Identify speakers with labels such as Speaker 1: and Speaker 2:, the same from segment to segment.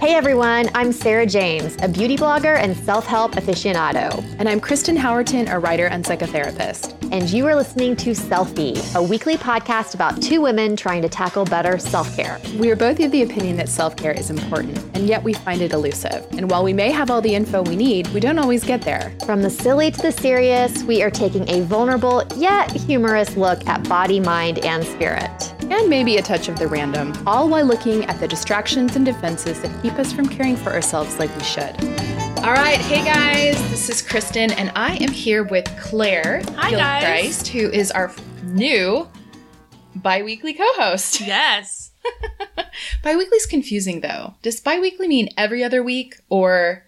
Speaker 1: Hey everyone, I'm Sarah James, a beauty blogger and self help aficionado.
Speaker 2: And I'm Kristen Howerton, a writer and psychotherapist.
Speaker 1: And you are listening to Selfie, a weekly podcast about two women trying to tackle better self care.
Speaker 2: We are both of the opinion that self care is important, and yet we find it elusive. And while we may have all the info we need, we don't always get there.
Speaker 1: From the silly to the serious, we are taking a vulnerable yet humorous look at body, mind, and spirit.
Speaker 2: And maybe a touch of the random, all while looking at the distractions and defenses that keep us from caring for ourselves like we should. All right, hey guys, this is Kristen, and I am here with Claire
Speaker 3: Hi, guys.
Speaker 2: Gilchrist, who is our new bi-weekly co-host.
Speaker 3: Yes.
Speaker 2: Bi-weekly is confusing though. Does bi-weekly mean every other week or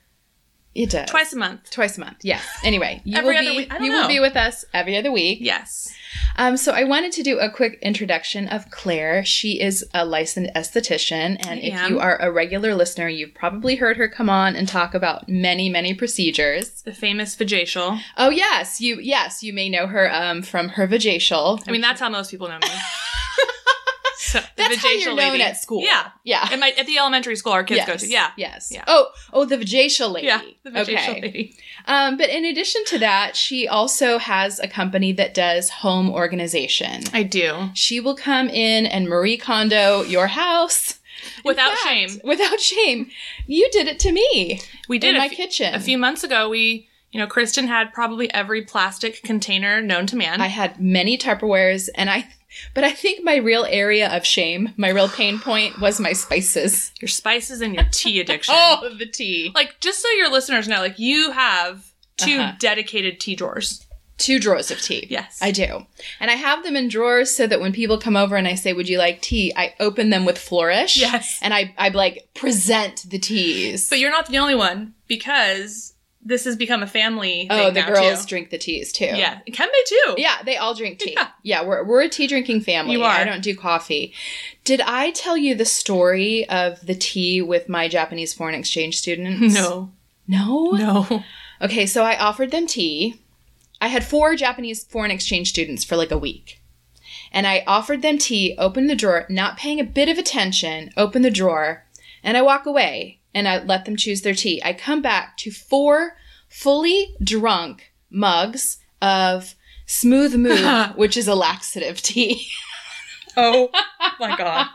Speaker 2: it does?
Speaker 3: Twice a month.
Speaker 2: Twice a month. Yes. Anyway, you
Speaker 3: Every
Speaker 2: will
Speaker 3: other
Speaker 2: be
Speaker 3: week. I don't
Speaker 2: you will
Speaker 3: know.
Speaker 2: be with us every other week.
Speaker 3: Yes.
Speaker 2: Um, so I wanted to do a quick introduction of Claire. She is a licensed esthetician, and
Speaker 3: I
Speaker 2: if
Speaker 3: am.
Speaker 2: you are a regular listener, you've probably heard her come on and talk about many, many procedures.
Speaker 3: The famous vajacial.
Speaker 2: Oh yes, you yes you may know her um, from her vajacial.
Speaker 3: I mean, that's how most people know me. so, the
Speaker 2: That's how you're
Speaker 3: vajacial
Speaker 2: known
Speaker 3: lady.
Speaker 2: at school.
Speaker 3: Yeah.
Speaker 2: yeah.
Speaker 3: At, my, at the elementary school our kids go to. Yeah.
Speaker 2: Yes.
Speaker 3: Yeah.
Speaker 2: Oh, oh, the vajacial lady.
Speaker 3: Yeah. The vajacial
Speaker 2: okay.
Speaker 3: lady.
Speaker 2: Um, but in addition to that, she also has a company that does home organization.
Speaker 3: I do.
Speaker 2: She will come in and Marie Kondo your house In
Speaker 3: Without shame.
Speaker 2: Without shame. You did it to me
Speaker 3: We did
Speaker 2: in
Speaker 3: a
Speaker 2: my
Speaker 3: few-
Speaker 2: kitchen.
Speaker 3: A few months ago, we, you know, Kristen had probably every plastic container known to man.
Speaker 2: I had many Tupperwares, and I. But I think my real area of shame, my real pain point, was my spices.
Speaker 3: your spices and your tea addiction.
Speaker 2: Oh, the tea.
Speaker 3: Like, just so your listeners know, like, you have 2
Speaker 2: Uh-huh.
Speaker 3: dedicated tea drawers.
Speaker 2: Two drawers of tea.
Speaker 3: Yes.
Speaker 2: I do. And I have them in drawers so that when people come over and I say, Would you like tea? I open them with flourish.
Speaker 3: Yes.
Speaker 2: And I, I like present the teas.
Speaker 3: But you're not the only one because this has become a family.
Speaker 2: oh,
Speaker 3: thing
Speaker 2: the
Speaker 3: now,
Speaker 2: girls
Speaker 3: too.
Speaker 2: drink the teas too.
Speaker 3: Yeah, Kenbei too.
Speaker 2: Yeah, they all drink tea. Yeah,
Speaker 3: Yeah.
Speaker 2: we're, we're a tea drinking family.
Speaker 3: You are.
Speaker 2: I don't do coffee. Did I tell you the story of the tea with my Japanese foreign exchange students?
Speaker 3: No,
Speaker 2: No?
Speaker 3: no.
Speaker 2: Okay, so I offered them tea. I had four Japanese foreign exchange students for like a week. And I offered them tea, opened the drawer, not paying a bit of attention, open the drawer, and I walk away and I let them choose their tea. I come back to four fully drunk mugs of Smooth Move, which is a laxative tea.
Speaker 3: Oh my god.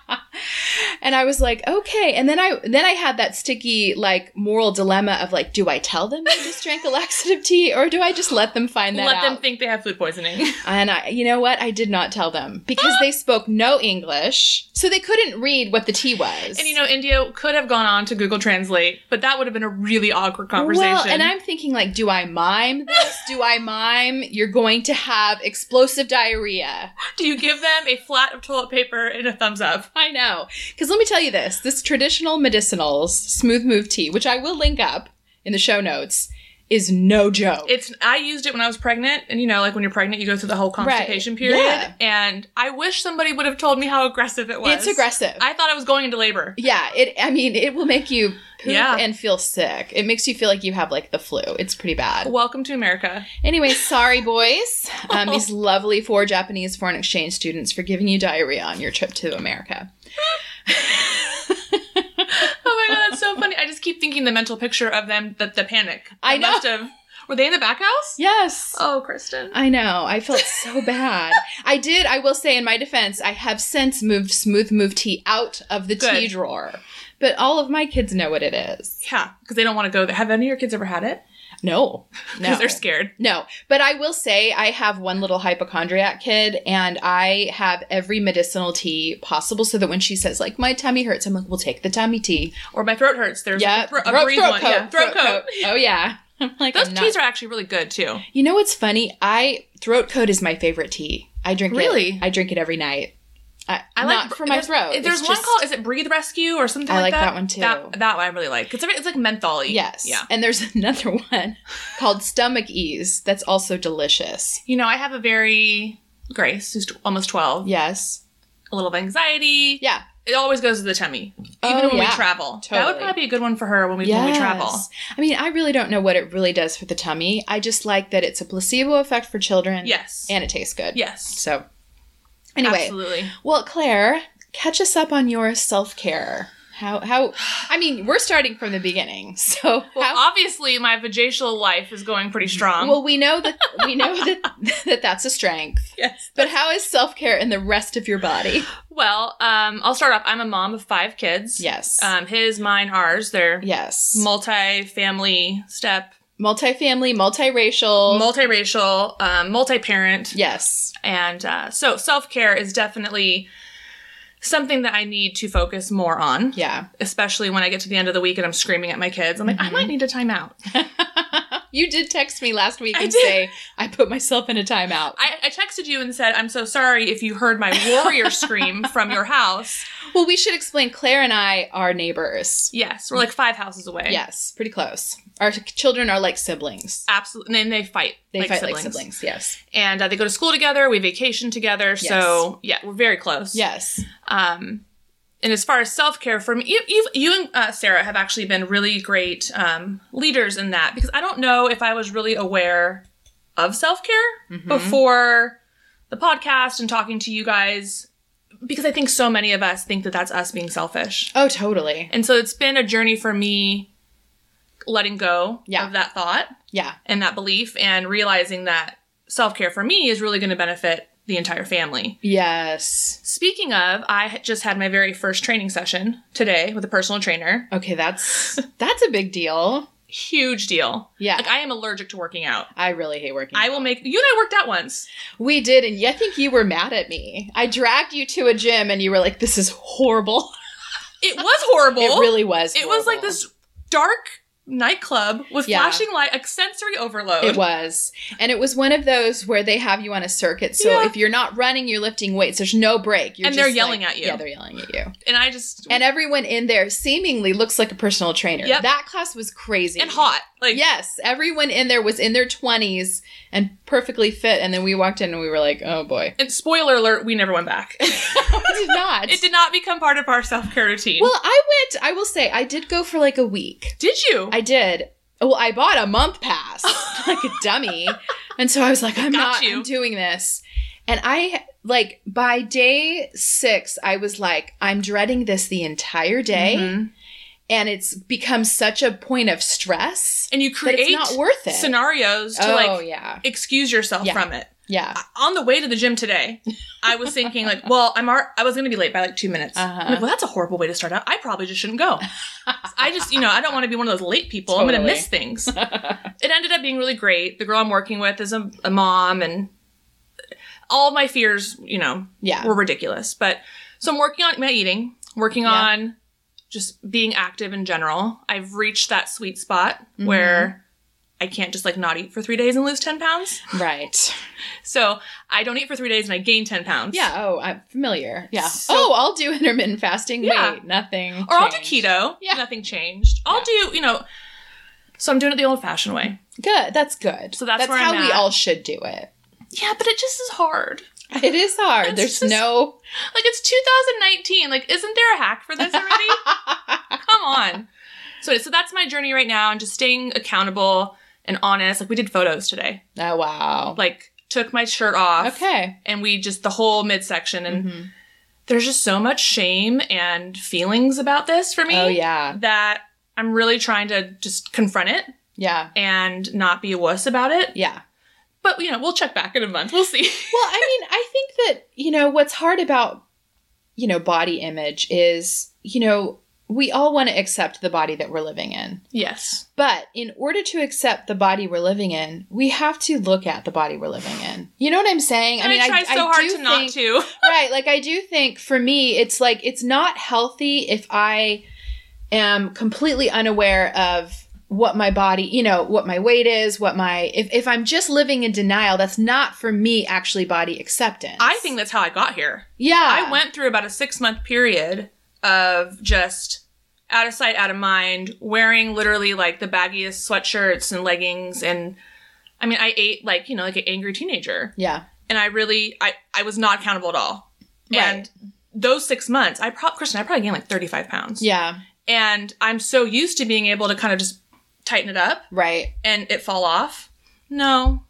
Speaker 2: And I was like, okay. And then I then I had that sticky like moral dilemma of like, do I tell them I just drank a laxative tea or do I just let them find that
Speaker 3: Let
Speaker 2: out?
Speaker 3: them think they have food poisoning.
Speaker 2: And I, you know what? I did not tell them because they spoke no English, so they couldn't read what the tea was.
Speaker 3: and you know, India could have gone on to Google Translate, but that would have been a really awkward conversation.
Speaker 2: well, and I'm thinking like, do I mime this? do I mime? You're going to have explosive diarrhea.
Speaker 3: do you give them a flat of toilet paper and a thumbs up?
Speaker 2: I know, because let me tell you this: this traditional medicinals smooth move tea, which I will link up in the show notes, is no joke.
Speaker 3: It's I used it when I was pregnant, and you know, like when you're pregnant, you go through the whole constipation period.
Speaker 2: Yeah.
Speaker 3: And I wish somebody would have told me how aggressive it was.
Speaker 2: it's aggressive.
Speaker 3: I thought I was going into labor.
Speaker 2: yeah, it. I mean, it will make you poop
Speaker 3: Yeah.
Speaker 2: and feel sick. It makes you feel like you have like the flu. It's pretty bad.
Speaker 3: Welcome to America.
Speaker 2: Anyway, sorry, boys. Um, these lovely four Japanese foreign exchange students for giving you diarrhea on your trip to America.
Speaker 3: Oh my god, that's so funny. I just keep thinking the mental picture of them, the, the panic.
Speaker 2: I
Speaker 3: They
Speaker 2: know.
Speaker 3: Must have, were they in the back house?
Speaker 2: Yes.
Speaker 3: Oh, Kristen.
Speaker 2: I know. I felt so bad. I did, I will say, in my defense, I have since moved Smooth Move Tea out of the tea
Speaker 3: Good.
Speaker 2: drawer. But all of my kids know what it is.
Speaker 3: Yeah, because they don't want to go there. Have any of your kids ever had it?
Speaker 2: No.
Speaker 3: Because
Speaker 2: No.
Speaker 3: they're scared.
Speaker 2: No, but I will say I have one little hypochondriac kid, and I have every medicinal tea possible. So that when she says like my tummy hurts, I'm like, we'll take the tummy tea.
Speaker 3: Or my throat hurts. There's
Speaker 2: yeah,
Speaker 3: like a, thro- a
Speaker 2: throat,
Speaker 3: breathe
Speaker 2: throat
Speaker 3: one.
Speaker 2: coat,
Speaker 3: yeah, throat, coat.
Speaker 2: Oh yeah, I'm like
Speaker 3: Those
Speaker 2: I'm
Speaker 3: teas
Speaker 2: not-
Speaker 3: are actually really good too.
Speaker 2: You know what's funny? I throat coat is my favorite tea. I drink
Speaker 3: Really?
Speaker 2: it. I drink it every night. I,
Speaker 3: I
Speaker 2: not
Speaker 3: like
Speaker 2: for my
Speaker 3: there's-
Speaker 2: throat.
Speaker 3: There's
Speaker 2: It's
Speaker 3: one
Speaker 2: just-
Speaker 3: called is it Breathe Rescue or something
Speaker 2: I
Speaker 3: like
Speaker 2: like
Speaker 3: that?
Speaker 2: that one, too.
Speaker 3: That, that one I really like. It's a- it's like mentholy.
Speaker 2: Yes.
Speaker 3: Yeah.
Speaker 2: And there's another one called Stomach Ease. That's also delicious.
Speaker 3: You know, I have a very Grace, who's t- almost twelve,
Speaker 2: Yes.
Speaker 3: a little of anxiety.
Speaker 2: Yeah.
Speaker 3: It always goes to the tummy, even
Speaker 2: Oh,
Speaker 3: when
Speaker 2: yeah.
Speaker 3: we travel. That
Speaker 2: Totally.
Speaker 3: would probably be a good one for her when we when we travel.
Speaker 2: Yes. I mean, I really don't know what it really does for the tummy. I just like that it's a placebo effect for children.
Speaker 3: Yes.
Speaker 2: And it tastes good.
Speaker 3: Yes.
Speaker 2: So, anyway.
Speaker 3: Absolutely.
Speaker 2: Well, Claire, catch us up on your self care. How how I mean, we're starting from the beginning. So
Speaker 3: Well,
Speaker 2: how
Speaker 3: obviously, my vajacial life is going pretty strong.
Speaker 2: well, we know that we know that, that that's a strength.
Speaker 3: yes.
Speaker 2: But how is self-care in the rest of your body?
Speaker 3: Well, um, I'll start off. I'm a mom of five kids.
Speaker 2: Yes.
Speaker 3: Um, his, mine, ours. They're
Speaker 2: yes.
Speaker 3: multi-family step,
Speaker 2: multi-family, multiracial.
Speaker 3: multiracial, um, multi-parent.
Speaker 2: yes.
Speaker 3: And uh, so self care is definitely something that I need to focus more on,
Speaker 2: Yeah.
Speaker 3: especially when I get to the end of the week and I'm screaming at my kids. I'm like, I
Speaker 2: Mhm.
Speaker 3: might need a timeout.
Speaker 2: You did text me last week
Speaker 3: I
Speaker 2: and
Speaker 3: did.
Speaker 2: say I put myself in a timeout.
Speaker 3: I, I texted you and said, I'm so sorry if you heard my warrior scream from your house.
Speaker 2: Well, we should explain Claire and I are neighbors.
Speaker 3: Yes, we're like five houses away.
Speaker 2: Yes, pretty close. Our children are like siblings.
Speaker 3: Absolutely. And then they fight.
Speaker 2: They fight like siblings. Yes.
Speaker 3: And uh, they go to school together. We vacation together. So, yeah, we're very close.
Speaker 2: Yes.
Speaker 3: Um, and as far as self care for me, you, you, you and uh, Sarah have actually been really great um, leaders in that because I don't know if I was really aware of self care
Speaker 2: Mhm.
Speaker 3: before the podcast and talking to you guys because I think so many of us think that that's us being selfish.
Speaker 2: Oh, totally.
Speaker 3: And so it's been a journey for me letting go
Speaker 2: Yeah.
Speaker 3: of that thought
Speaker 2: Yeah.
Speaker 3: and that belief and realizing that self care for me is really going to benefit the entire family.
Speaker 2: Yes.
Speaker 3: Speaking of, I had- just had my very first training session today with a personal trainer.
Speaker 2: Okay, that's that's a big deal.
Speaker 3: Huge deal.
Speaker 2: Yeah.
Speaker 3: Like I am allergic to working out.
Speaker 2: I really hate working.
Speaker 3: I will make you and I worked out once.
Speaker 2: We did, and I think you were mad at me. I dragged you to a gym, and you were like, "This is horrible."
Speaker 3: It was horrible.
Speaker 2: It really was.
Speaker 3: It was like
Speaker 2: horrible.
Speaker 3: this dark nightclub with
Speaker 2: Yeah.
Speaker 3: flashing light, like sensory overload.
Speaker 2: It was, and it was one of those where they have you on a circuit. So
Speaker 3: Yeah.
Speaker 2: if you're not running, you're lifting weights. There's no break. You're
Speaker 3: And they're
Speaker 2: just,
Speaker 3: yelling
Speaker 2: like-
Speaker 3: at you.
Speaker 2: Yeah, they're yelling at you.
Speaker 3: And I just
Speaker 2: And everyone in there seemingly looks like a personal trainer.
Speaker 3: Yep.
Speaker 2: That class was crazy
Speaker 3: and hot. Like
Speaker 2: Yes, everyone in there was in their 20s and perfectly fit. And then we walked in and we were like, oh boy.
Speaker 3: and spoiler alert, we never went back.
Speaker 2: We did not.
Speaker 3: it did not become part of our self-care routine.
Speaker 2: Well, I went, I will say, I did go for like a week.
Speaker 3: did you?
Speaker 2: I did. Well, I bought a month pass like a dummy. And so I was like, I'm not
Speaker 3: Got you.
Speaker 2: I'm doing this. And I, like, by day six, I was like, I'm dreading this the entire day.
Speaker 3: Mhm.
Speaker 2: And it's become such a point of stress
Speaker 3: And you
Speaker 2: that
Speaker 3: create
Speaker 2: it's not worth it.
Speaker 3: scenarios to
Speaker 2: oh,
Speaker 3: like
Speaker 2: yeah.
Speaker 3: excuse yourself
Speaker 2: Yeah.
Speaker 3: from it.
Speaker 2: Yeah.
Speaker 3: on the way to the gym today, I was thinking like, well, I'm ar- I was going to be late by like two minutes.
Speaker 2: Uh-huh.
Speaker 3: I'm like, well, that's a horrible way to start out. I probably just shouldn't go. I just, you know, I don't want to be one of those late people. I'm going to
Speaker 2: Totally.
Speaker 3: miss things. it ended up being really great. The girl I'm working with is a, a mom, and all my fears, you know,
Speaker 2: Yeah.
Speaker 3: were ridiculous. But so I'm working on my eating, working
Speaker 2: Yeah.
Speaker 3: on just being active in general. I've reached that sweet spot where I can't just like not eat for three days and lose ten pounds.
Speaker 2: Right.
Speaker 3: So I don't eat for three days and I gain 10 pounds.
Speaker 2: Yeah. Oh, I'm familiar. Yeah.
Speaker 3: So-
Speaker 2: oh, I'll do intermittent fasting.
Speaker 3: Yeah.
Speaker 2: Wait, nothing.
Speaker 3: Or I'll do
Speaker 2: changed.
Speaker 3: keto.
Speaker 2: Yeah.
Speaker 3: Nothing changed. I'll do, you know, so I'm doing it the old fashioned way.
Speaker 2: Good. That's good.
Speaker 3: So that's where
Speaker 2: how
Speaker 3: I'm
Speaker 2: we
Speaker 3: at.
Speaker 2: all should do it.
Speaker 3: Yeah, but it just is hard.
Speaker 2: It is hard.
Speaker 3: It's
Speaker 2: There's
Speaker 3: just-
Speaker 2: no.
Speaker 3: Like it's 2019. Like, isn't there a hack for this already? Come on. So, so that's my journey right now and just staying accountable and honest. Like we did photos today.
Speaker 2: Oh wow.
Speaker 3: Like took my shirt off.
Speaker 2: okay.
Speaker 3: And we just the whole midsection and
Speaker 2: Mhm.
Speaker 3: there's just so much shame and feelings about this for me.
Speaker 2: Oh yeah.
Speaker 3: That I'm really trying to just confront it
Speaker 2: Yeah.
Speaker 3: and not be a wuss about it.
Speaker 2: Yeah.
Speaker 3: But you know, we'll check back in a month. We'll see.
Speaker 2: Well, I mean, I think that you know what's hard about you know body image is you know we all want to accept the body that we're living in.
Speaker 3: yes.
Speaker 2: But in order to accept the body we're living in, we have to look at the body we're living in. You know what I'm saying?
Speaker 3: And I, try so hard to
Speaker 2: do
Speaker 3: not
Speaker 2: think-
Speaker 3: to.
Speaker 2: Right. Like, I do think for me, it's like, it's not healthy if I am completely unaware of what my body, you know, what my weight is, what my, if, if I'm just living in denial, that's not for me actually body acceptance.
Speaker 3: I think that's how I got here.
Speaker 2: yeah.
Speaker 3: I went through about a six month period of just out of sight, out of mind, wearing literally like the baggiest sweatshirts and leggings and I mean I ate like, you know, like an angry teenager.
Speaker 2: Yeah.
Speaker 3: And I really I, I was not accountable at all.
Speaker 2: Right.
Speaker 3: And those six months, I probably Kristen, I probably gained like thirty five pounds.
Speaker 2: Yeah.
Speaker 3: And I'm so used to being able to kind of just tighten it up.
Speaker 2: Right.
Speaker 3: and it fall off? No.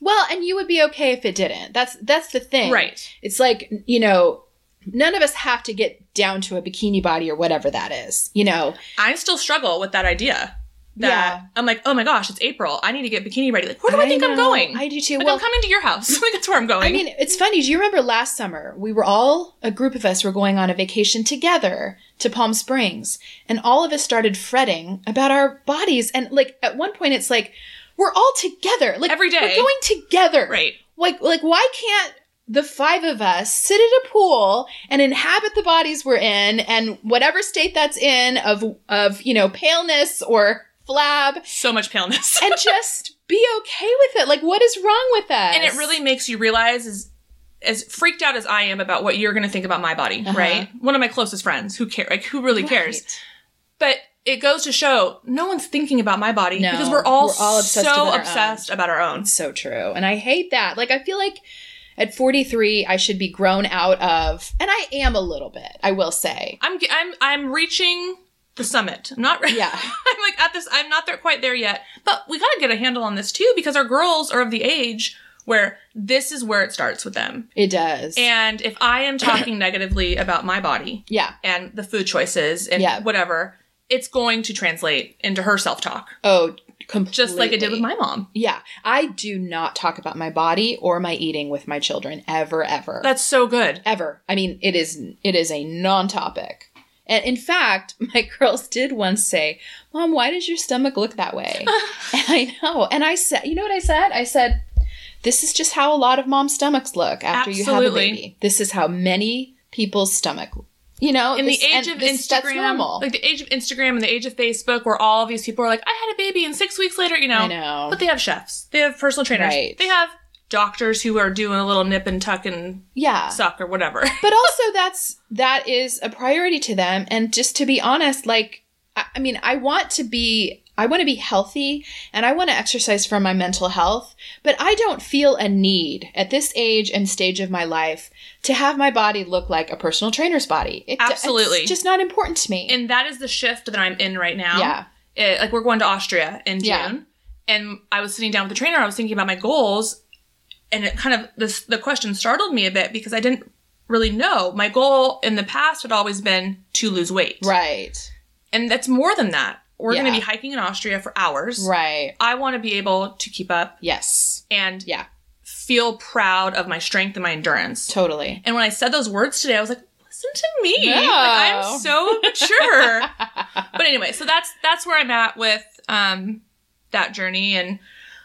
Speaker 2: Well, and you would be okay if it didn't. That's, that's the thing.
Speaker 3: Right.
Speaker 2: It's like, you know, none of us have to get down to a bikini body or whatever that is. You know,
Speaker 3: I still struggle with that idea. That
Speaker 2: Yeah.
Speaker 3: I'm like, oh my gosh, it's April. I need to get bikini ready. Like, where do I,
Speaker 2: I
Speaker 3: think I'm
Speaker 2: know.
Speaker 3: going?
Speaker 2: I do too.
Speaker 3: Like,
Speaker 2: Well-
Speaker 3: I'm coming to your house. like, that's where I'm going.
Speaker 2: I mean, it's funny. Do you remember last summer? We were all, a group of us were going on a vacation together to Palm Springs, and all of us started fretting about our bodies. And like, at one point, it's like, we're all together. Like,
Speaker 3: Every day.
Speaker 2: We're going together.
Speaker 3: right.
Speaker 2: Like, like why can't the five of us sit at a pool and inhabit the bodies we're in and whatever state that's in of, of, you know, paleness or flab
Speaker 3: So much paleness.
Speaker 2: and just be okay with it? Like, what is wrong with us?
Speaker 3: and it really makes you realize is as freaked out as I am about what you're going to think about my body,
Speaker 2: Uh-huh.
Speaker 3: right? One of my closest friends who care, like who really cares.
Speaker 2: Right.
Speaker 3: But it goes to show no one's thinking about my body
Speaker 2: No,
Speaker 3: because we're all,
Speaker 2: we're all obsessed
Speaker 3: obsessed so
Speaker 2: about our
Speaker 3: obsessed about our own.
Speaker 2: so true. And I hate that. Like, I feel like at 43, I should be grown out of, and I am a little bit, I will say.
Speaker 3: I'm ge- I'm I'm reaching the summit. I'm not
Speaker 2: Yeah.
Speaker 3: I'm like at this. I'm not there quite there yet. But we got to get a handle on this too because our girls are of the age where this is where it starts with them.
Speaker 2: It does.
Speaker 3: And if I am talking negatively about my body,
Speaker 2: yeah.
Speaker 3: and the food choices and
Speaker 2: Yeah.
Speaker 3: whatever, it's going to translate into her self talk,
Speaker 2: Oh, completely.
Speaker 3: just like it did with my mom.
Speaker 2: Yeah. I do not talk about my body or my eating with my children ever, ever.
Speaker 3: That's so good.
Speaker 2: ever. I mean, it is it is a non-topic. And in fact, my girls did once say, "Mom, why does your stomach look that way?" and I know. And I said, you know what I said? I said, "This is just how a lot of mom's stomachs look after you have a
Speaker 3: Absolutely.
Speaker 2: baby. This is how many people's stomach, you know,
Speaker 3: In
Speaker 2: this-
Speaker 3: the age
Speaker 2: and
Speaker 3: of
Speaker 2: this-
Speaker 3: Instagram,
Speaker 2: that's normal.
Speaker 3: like the age of Instagram and the age of Facebook, where all of these people are like, "I had a baby," and six weeks later, you know,
Speaker 2: I know.
Speaker 3: But they have chefs, they have personal trainers,
Speaker 2: Right.
Speaker 3: they have doctors who are doing a little nip and tuck and
Speaker 2: yeah.
Speaker 3: suck or whatever.
Speaker 2: but also that's that is a priority to them and just to be honest like i, I mean i want to be i want to be healthy and i want to exercise for my mental health but i don't feel a need at this age and stage of my life to have my body look like a personal trainer's body it,
Speaker 3: Absolutely.
Speaker 2: it's just not important to me
Speaker 3: and that is the shift that I'm in right now.
Speaker 2: Yeah.
Speaker 3: It- like we're going to Austria in June,
Speaker 2: Yeah.
Speaker 3: and I was sitting down with the trainer. I was thinking about my goals, and it kind of this the question startled me a bit because I didn't really know my goal in the past had always been to lose weight,
Speaker 2: right
Speaker 3: and that's more than that. We're going
Speaker 2: Yeah.
Speaker 3: to be hiking in Austria for hours.
Speaker 2: right
Speaker 3: I want to be able to keep up
Speaker 2: yes
Speaker 3: and
Speaker 2: yeah
Speaker 3: feel proud of my strength and my endurance.
Speaker 2: totally
Speaker 3: And when I said those words today, I was like, listen to me.
Speaker 2: No.
Speaker 3: Like, I'm so mature. but anyway, so that's that's where I'm at with um that journey and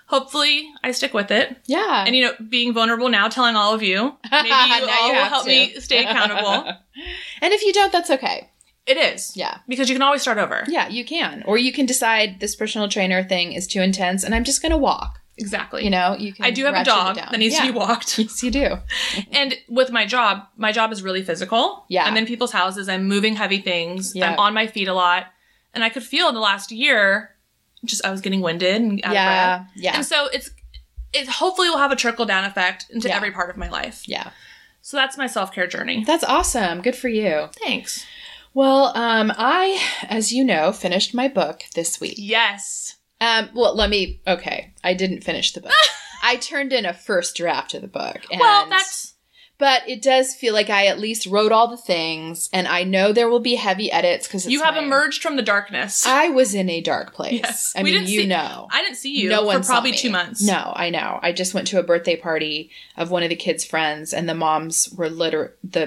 Speaker 3: hopefully I stick with it.
Speaker 2: yeah
Speaker 3: And you know, being vulnerable now, telling all of you, maybe you all
Speaker 2: Now you
Speaker 3: will
Speaker 2: have
Speaker 3: help
Speaker 2: to.
Speaker 3: me stay accountable.
Speaker 2: and if you don't that's okay
Speaker 3: It is.
Speaker 2: Yeah.
Speaker 3: Because you can always start over.
Speaker 2: yeah you can or you can decide this personal trainer thing is too intense and i'm just gonna walk
Speaker 3: Exactly.
Speaker 2: you know you can
Speaker 3: I do have a
Speaker 2: ratchet it
Speaker 3: dog
Speaker 2: down.
Speaker 3: that needs
Speaker 2: Yeah.
Speaker 3: to be walked.
Speaker 2: yes you do
Speaker 3: And with my job, my job is really physical.
Speaker 2: Yeah.
Speaker 3: I'm in people's houses. I'm moving heavy things.
Speaker 2: Yeah.
Speaker 3: I'm on my feet a lot. And I could feel in the last year, just I was getting winded and out of breath.
Speaker 2: yeah yeah
Speaker 3: And so it's, it hopefully will have a trickle down effect into
Speaker 2: Yeah.
Speaker 3: every part of my life.
Speaker 2: yeah
Speaker 3: So that's my self care journey.
Speaker 2: that's awesome good for you
Speaker 3: Thanks.
Speaker 2: well um i as you know finished my book this week
Speaker 3: Yes.
Speaker 2: um well let me okay i didn't finish the book i turned in a first draft of the book and
Speaker 3: well, that's
Speaker 2: but it does feel like i at least wrote all the things and i know there will be heavy edits because
Speaker 3: you have
Speaker 2: my,
Speaker 3: emerged from the darkness.
Speaker 2: i was in a dark place
Speaker 3: Yes.
Speaker 2: i
Speaker 3: We
Speaker 2: mean
Speaker 3: didn't
Speaker 2: you
Speaker 3: see-
Speaker 2: know
Speaker 3: I didn't see you
Speaker 2: no one
Speaker 3: for
Speaker 2: saw
Speaker 3: probably
Speaker 2: me.
Speaker 3: two months.
Speaker 2: No, I know. I just went to a birthday party of one of the kids' friends, and the moms were liter the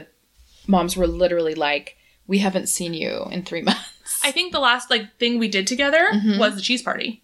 Speaker 2: moms were literally like, "We haven't seen you in three months."
Speaker 3: I think the last like thing we did together
Speaker 2: Mhm.
Speaker 3: was the cheese party.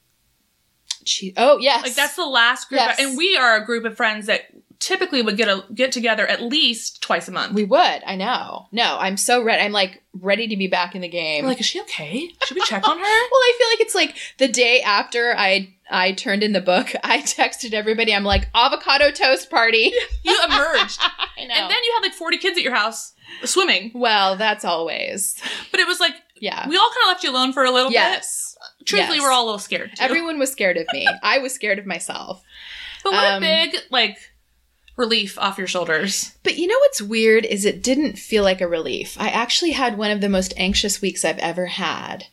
Speaker 2: She, oh yes,
Speaker 3: Like that's the last group,
Speaker 2: Yes.
Speaker 3: and we are a group of friends that typically would get a get together at least twice a month.
Speaker 2: we would. I know. No, I'm so ready. I'm like ready to be back in the game.
Speaker 3: We're like, is she okay? Should we check on her?
Speaker 2: well, I feel like it's like the day after I I turned in the book. I texted everybody. I'm like avocado toast party.
Speaker 3: You emerged,
Speaker 2: I know.
Speaker 3: and then you had like forty kids at your house swimming.
Speaker 2: well, that's always
Speaker 3: But it was like
Speaker 2: yeah.
Speaker 3: we all kind of left you alone for a little
Speaker 2: Yes.
Speaker 3: bit. Truthfully,
Speaker 2: Yes.
Speaker 3: we're all a little scared. Too.
Speaker 2: Everyone was scared of me. I was scared of myself.
Speaker 3: but what
Speaker 2: um,
Speaker 3: a big like relief off your shoulders.
Speaker 2: But you know what's weird is it didn't feel like a relief. I actually had one of the most anxious weeks I've ever had.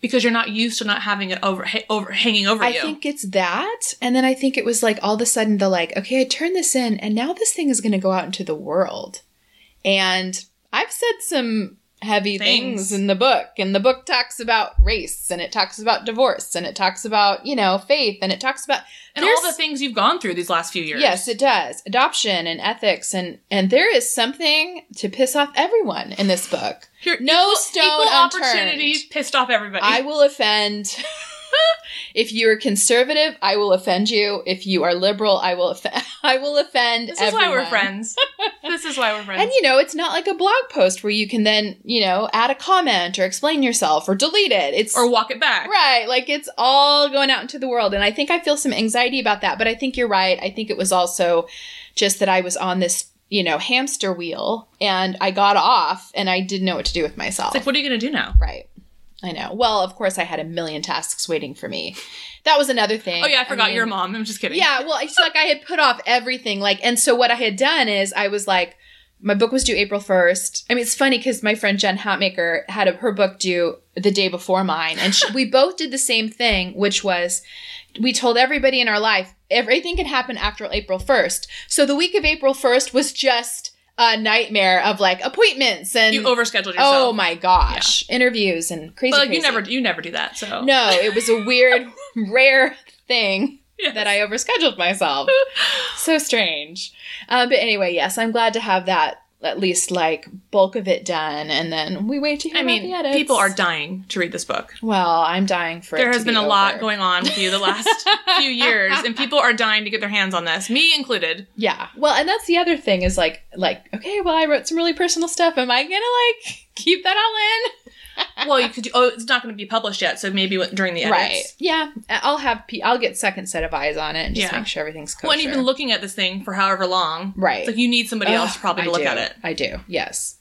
Speaker 3: Because you're not used to not having it over, ha- over hanging over
Speaker 2: I
Speaker 3: you.
Speaker 2: think it's that. And then I think it was like all of a sudden the like, okay, I turned this in and now this thing is going to go out into the world. And I've said some heavy
Speaker 3: Things.
Speaker 2: things. in the book, and the book talks about race, and it talks about divorce, and it talks about you know faith, and it talks about
Speaker 3: and
Speaker 2: there's-
Speaker 3: all the things you've gone through these last few years.
Speaker 2: Yes, it does. Adoption and ethics, and and there is something to piss off everyone in this book.
Speaker 3: Here,
Speaker 2: No
Speaker 3: equal,
Speaker 2: stone
Speaker 3: equal
Speaker 2: unturned.
Speaker 3: opportunities pissed off everybody.
Speaker 2: I will offend. if you are conservative, I will offend you. If you are liberal, I will offend. I will offend.
Speaker 3: this is why we're
Speaker 2: everyone.
Speaker 3: friends. this is why we're friends.
Speaker 2: And you know, it's not like a blog post where you can then you know add a comment or explain yourself or delete it. It's
Speaker 3: or walk it back.
Speaker 2: Right, like it's all going out into the world. And I think I feel some anxiety about that, but I think you're right. I think it was also just that I was on this, you know, hamster wheel and I got off and I didn't know what to do with myself.
Speaker 3: It's like, what are you going to do now?
Speaker 2: right. I know. Well, of course, I had a million tasks waiting for me. That was another thing.
Speaker 3: Oh yeah, I forgot
Speaker 2: mean-
Speaker 3: you're a mom. I'm just kidding.
Speaker 2: yeah, well, it's like I had put off everything. Like, and so what I had done is I was like, my book was due April 1st. I mean, it's funny because my friend Jen Hatmaker had a, her book due the day before mine. And she, we both did the same thing, which was we told everybody in our life everything can happen after April 1st. So the week of April 1st was just a nightmare of like appointments and
Speaker 3: you overscheduled yourself.
Speaker 2: oh my gosh, interviews and crazy.
Speaker 3: But like you
Speaker 2: crazy.
Speaker 3: never you never do that. So
Speaker 2: No, it was a weird, rare thing
Speaker 3: Yes.
Speaker 2: that I overscheduled myself. so strange. Uh, but anyway, yes, I'm glad to have that at least like bulk of it done, and then we wait to hear.
Speaker 3: I
Speaker 2: about
Speaker 3: mean,
Speaker 2: the edits.
Speaker 3: people are dying to read this book.
Speaker 2: Well, I'm dying for. it
Speaker 3: There
Speaker 2: to
Speaker 3: has been
Speaker 2: be
Speaker 3: a lot
Speaker 2: over.
Speaker 3: going on with you the last few years, and people are dying to get their hands on this, me included.
Speaker 2: Yeah. Well, and that's the other thing is like, like, okay, well, I wrote some really personal stuff. Am I gonna like keep that all in?
Speaker 3: Well, you could. Do, oh, it's not going to be published yet, so maybe w- during the edits.
Speaker 2: Right. Yeah. I'll have. P- I'll get second set of eyes on it and just
Speaker 3: Yeah.
Speaker 2: make sure everything's kosher.
Speaker 3: Well, and you've been looking at this thing for however long.
Speaker 2: right.
Speaker 3: It's like you need somebody else
Speaker 2: Ugh,
Speaker 3: probably to
Speaker 2: I
Speaker 3: look
Speaker 2: do.
Speaker 3: at it.
Speaker 2: I do. Yes.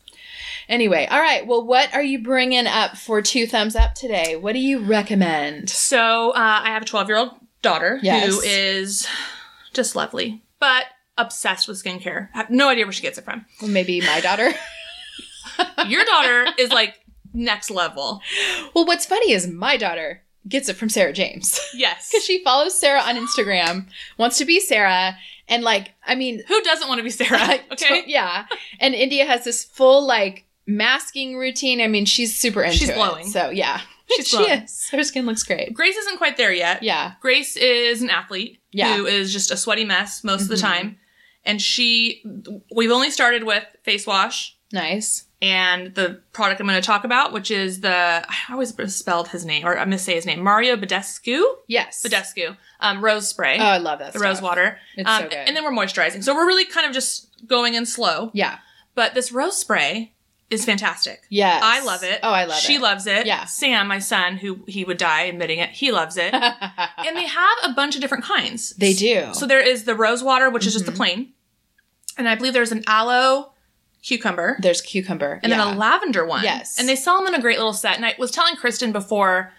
Speaker 2: Anyway, all right. Well, what are you bringing up for two thumbs up today? What do you recommend?
Speaker 3: So uh, I have a 12 year old daughter
Speaker 2: Yes.
Speaker 3: who is just lovely, but obsessed with skincare. Have no idea where she gets it from.
Speaker 2: Well, maybe my daughter.
Speaker 3: Your daughter is like next level.
Speaker 2: well, what's funny is my daughter gets it from Sarah James
Speaker 3: Yes.
Speaker 2: because she follows Sarah on Instagram, wants to be Sarah, and like, I mean,
Speaker 3: Who doesn't want to be Sarah?
Speaker 2: like,
Speaker 3: Okay.
Speaker 2: to- yeah. And India has this full like masking routine. I mean, she's super into
Speaker 3: She's
Speaker 2: it.
Speaker 3: glowing.
Speaker 2: So yeah,
Speaker 3: She's
Speaker 2: she
Speaker 3: glowing.
Speaker 2: is. Her skin looks great.
Speaker 3: Grace isn't quite there yet.
Speaker 2: Yeah.
Speaker 3: Grace is an athlete
Speaker 2: Yeah.
Speaker 3: who is just a sweaty mess most of the
Speaker 2: Mhm.
Speaker 3: time. And she, we've only started with face wash
Speaker 2: Nice.
Speaker 3: and the product I'm going to talk about, which is the, I always spelled his name, or I misspell his name, Mario Badescu.
Speaker 2: Yes.
Speaker 3: Badescu. Um, rose spray.
Speaker 2: Oh, I love that.
Speaker 3: the
Speaker 2: stuff.
Speaker 3: rose water.
Speaker 2: It's
Speaker 3: um,
Speaker 2: so good.
Speaker 3: And then we're moisturizing. So we're really kind of just going in slow.
Speaker 2: Yeah.
Speaker 3: But this rose spray is fantastic.
Speaker 2: Yes.
Speaker 3: I love it.
Speaker 2: Oh, I love
Speaker 3: she
Speaker 2: it.
Speaker 3: loves it.
Speaker 2: Yeah.
Speaker 3: Sam, my son, who he would die admitting it, he loves it. and they have a bunch of different kinds.
Speaker 2: they do. Mm-hmm.
Speaker 3: So there is the rose water, which is just the plain. And I believe there's an aloe cucumber
Speaker 2: there's cucumber.
Speaker 3: and
Speaker 2: yeah.
Speaker 3: then a lavender one.
Speaker 2: Yes.
Speaker 3: And they sell them in a great little set. And I was telling Kristen before,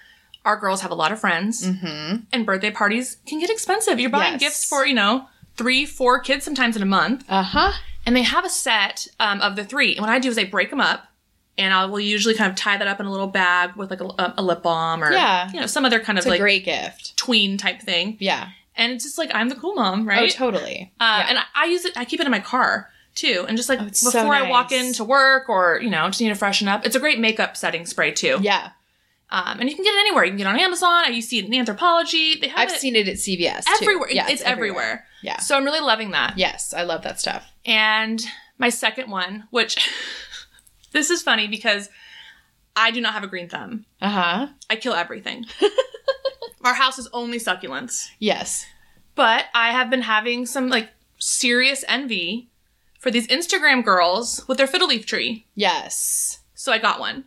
Speaker 3: our girls have a lot of friends,
Speaker 2: Mhm.
Speaker 3: and birthday parties can get expensive. You're buying
Speaker 2: Yes.
Speaker 3: gifts for, you know, three, four kids sometimes in a month.
Speaker 2: Uh-huh.
Speaker 3: And they have a set um, of the three. And what I do is I break them up. And I will usually kind of tie that up in a little bag with like a, a- a lip balm or
Speaker 2: Yeah.
Speaker 3: you know some other kind of
Speaker 2: It's a
Speaker 3: like
Speaker 2: great gift.
Speaker 3: tween type thing.
Speaker 2: Yeah.
Speaker 3: And it's just like I'm the cool mom, right?
Speaker 2: Oh, totally.
Speaker 3: Uh,
Speaker 2: Yeah.
Speaker 3: And I, I use it. I keep it in my car too, and just like
Speaker 2: Oh, it's
Speaker 3: before
Speaker 2: so
Speaker 3: I walk
Speaker 2: nice.
Speaker 3: into work or you know just need to freshen up. It's a great makeup setting spray too.
Speaker 2: Yeah.
Speaker 3: Um, and you can get it anywhere. You can get it on Amazon. I You see it in Anthropology. They have
Speaker 2: I've
Speaker 3: it
Speaker 2: seen it at CVS too.
Speaker 3: everywhere. It-
Speaker 2: Yeah,
Speaker 3: it's everywhere.
Speaker 2: Yeah.
Speaker 3: So I'm really loving that.
Speaker 2: Yes, I love that stuff.
Speaker 3: And my second one, which this is funny because I do not have a green thumb.
Speaker 2: Uh-huh.
Speaker 3: I kill everything. Our house is only succulents.
Speaker 2: Yes.
Speaker 3: But I have been having some like serious envy for these Instagram girls with their fiddle leaf tree.
Speaker 2: Yes.
Speaker 3: So I got one.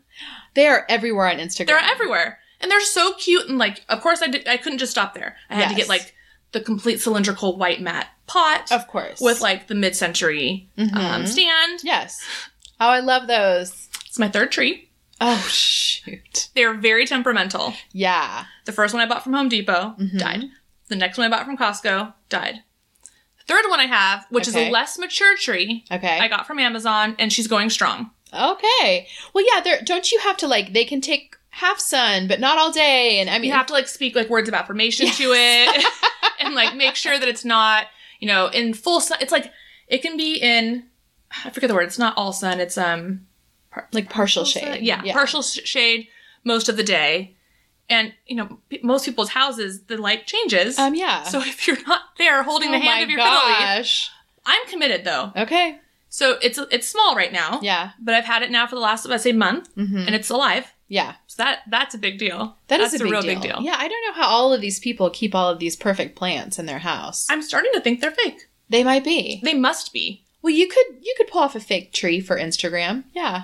Speaker 2: They are everywhere on Instagram.
Speaker 3: They're everywhere. And they're so cute and like of course I did I couldn't just stop there. I had to
Speaker 2: Yes.
Speaker 3: get like the complete cylindrical white matte pot
Speaker 2: Of course.
Speaker 3: with like the mid-century um,
Speaker 2: Mhm.
Speaker 3: stand.
Speaker 2: Yes. Oh, I love those.
Speaker 3: It's my third tree.
Speaker 2: Oh shoot.
Speaker 3: They're very temperamental.
Speaker 2: Yeah.
Speaker 3: The first one I bought from Home Depot
Speaker 2: Mhm.
Speaker 3: died. The next one I bought from Costco died. Third one I have, which is
Speaker 2: Okay.
Speaker 3: a less mature tree,
Speaker 2: Okay.
Speaker 3: I got from Amazon and she's going strong.
Speaker 2: okay. Well, yeah, there don't you have to like they can take half sun, but not all day and I mean
Speaker 3: you have to like speak like words of affirmation to it and like make sure that it's not you know in full sun it's like it can be in i forget the word it's not all sun it's um
Speaker 2: par- like partial
Speaker 3: Uh,
Speaker 2: shade.
Speaker 3: yeah, partial sh- shade most of the day. And you know, p- most people's houses the light changes.
Speaker 2: Um, Oh yeah.
Speaker 3: So if you're not there holding the hand of your family,
Speaker 2: gosh.
Speaker 3: I'm committed though.
Speaker 2: Okay.
Speaker 3: So it's it's small right now.
Speaker 2: Yeah.
Speaker 3: But I've had it now for the last let's say month,
Speaker 2: Mhm.
Speaker 3: and it's alive.
Speaker 2: Yeah.
Speaker 3: So that that's a big deal.
Speaker 2: That's
Speaker 3: that's
Speaker 2: a, big
Speaker 3: real
Speaker 2: deal.
Speaker 3: big deal.
Speaker 2: Yeah, I don't know how all of these people keep all of these perfect plants in their house.
Speaker 3: I'm starting to think they're fake.
Speaker 2: they might be.
Speaker 3: They must be.
Speaker 2: Well, you could you could pull off a fake tree for Instagram. Yeah.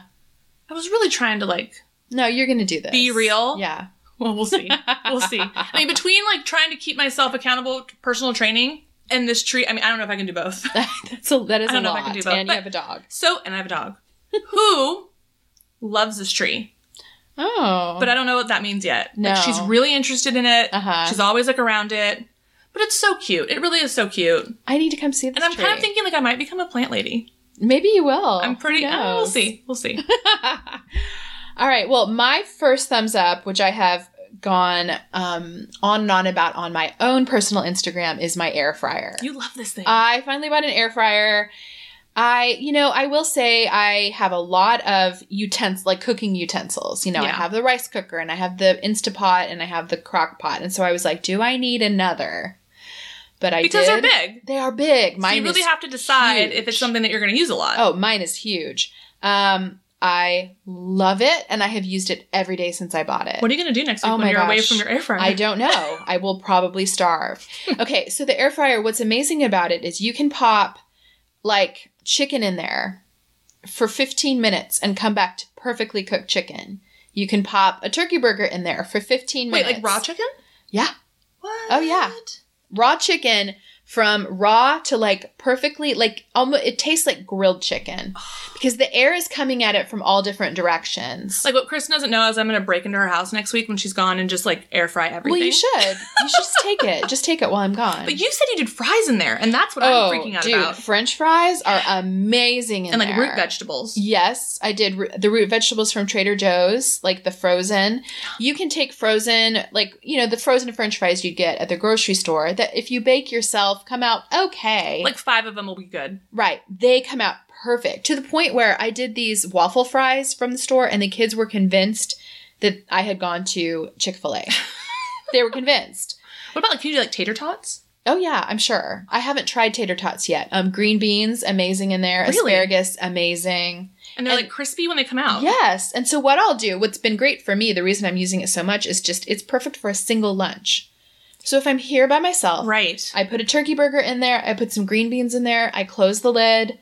Speaker 3: I was really trying to like.
Speaker 2: No, you're gonna do this.
Speaker 3: Be real?
Speaker 2: Yeah.
Speaker 3: Well, we'll see. we'll see. I mean, between like trying to keep myself accountable, to personal training, and this tree. I mean, I don't know if I can do both.
Speaker 2: That's a that is
Speaker 3: I
Speaker 2: a
Speaker 3: don't know if
Speaker 2: lot.
Speaker 3: I can do both,
Speaker 2: and you
Speaker 3: but-
Speaker 2: have a dog.
Speaker 3: So, and I have a dog who loves this tree,
Speaker 2: Oh.
Speaker 3: but I don't know what that means yet.
Speaker 2: No.
Speaker 3: Like, she's really interested in it.
Speaker 2: Uh-huh.
Speaker 3: She's always like around it, but it's so cute. It really is so cute. And
Speaker 2: I need to come see this.
Speaker 3: I'm kind of
Speaker 2: tree.
Speaker 3: thinking like I might become a plant lady.
Speaker 2: maybe you will.
Speaker 3: I'm pretty.
Speaker 2: Who
Speaker 3: I don't know, we'll
Speaker 2: knows?
Speaker 3: see. We'll see.
Speaker 2: All right. Well, my first thumbs up, which I have gone um, on and on about on my own personal Instagram, is my air fryer.
Speaker 3: you love this thing.
Speaker 2: I finally bought an air fryer. I, you know, I will say I have a lot of utens like cooking utensils. You know, I
Speaker 3: Yeah.
Speaker 2: have the rice cooker and I have the Instapot and I have the crock pot. And so I was like, do I need another? But I
Speaker 3: because
Speaker 2: did.
Speaker 3: they're big.
Speaker 2: They are big.
Speaker 3: So
Speaker 2: Mine
Speaker 3: you really
Speaker 2: is
Speaker 3: have to decide if
Speaker 2: huge.
Speaker 3: it's something that you're going to use a lot.
Speaker 2: Oh, mine is huge. Um, I love it, and I have used it every day since I bought it.
Speaker 3: What are you going to do next week
Speaker 2: Oh
Speaker 3: when
Speaker 2: my
Speaker 3: you're away
Speaker 2: gosh.
Speaker 3: from your air fryer?
Speaker 2: I don't know. I will probably starve. Okay, so the air fryer. What's amazing about it is you can pop like chicken in there for 15 minutes and come back to perfectly cooked chicken. You can pop a turkey burger in there for 15
Speaker 3: Wait,
Speaker 2: minutes.
Speaker 3: like raw chicken?
Speaker 2: Yeah.
Speaker 3: What?
Speaker 2: Oh, yeah. raw chicken from raw to like perfectly like almost it tastes like grilled chicken because the air is coming at it from all different directions.
Speaker 3: Like what Kristen doesn't know is I'm going to break into her house next week when she's gone and just like air fry everything.
Speaker 2: Well, you should. You should just take it. Just take it while I'm gone.
Speaker 3: But you said you did fries in there, and that's what I'm freaking out
Speaker 2: Oh, dude,
Speaker 3: about.
Speaker 2: French fries are amazing in
Speaker 3: And like
Speaker 2: there.
Speaker 3: root vegetables.
Speaker 2: Yes, I did ro- the root vegetables from Trader Joe's, like the frozen. You can take frozen, like you know, the frozen French fries you get at the grocery store. That if you bake yourself, come out okay.
Speaker 3: Like five of them will be good.
Speaker 2: Right. They come out perfect to the point where I did these waffle fries from the store, and the kids were convinced that I had gone to Chick fil A. they were convinced.
Speaker 3: What about like can you do like tater tots?
Speaker 2: Oh, yeah, I'm sure. I haven't tried tater tots yet. Um, green beans, amazing in there.
Speaker 3: Really?
Speaker 2: Asparagus, amazing.
Speaker 3: And they're
Speaker 2: And-
Speaker 3: like crispy when they come out.
Speaker 2: Yes. And so, what I'll do, what's been great for me, the reason I'm using it so much is just it's perfect for a single lunch. So, if I'm here by myself,
Speaker 3: Right.
Speaker 2: I put a turkey burger in there, I put some green beans in there, I close the lid,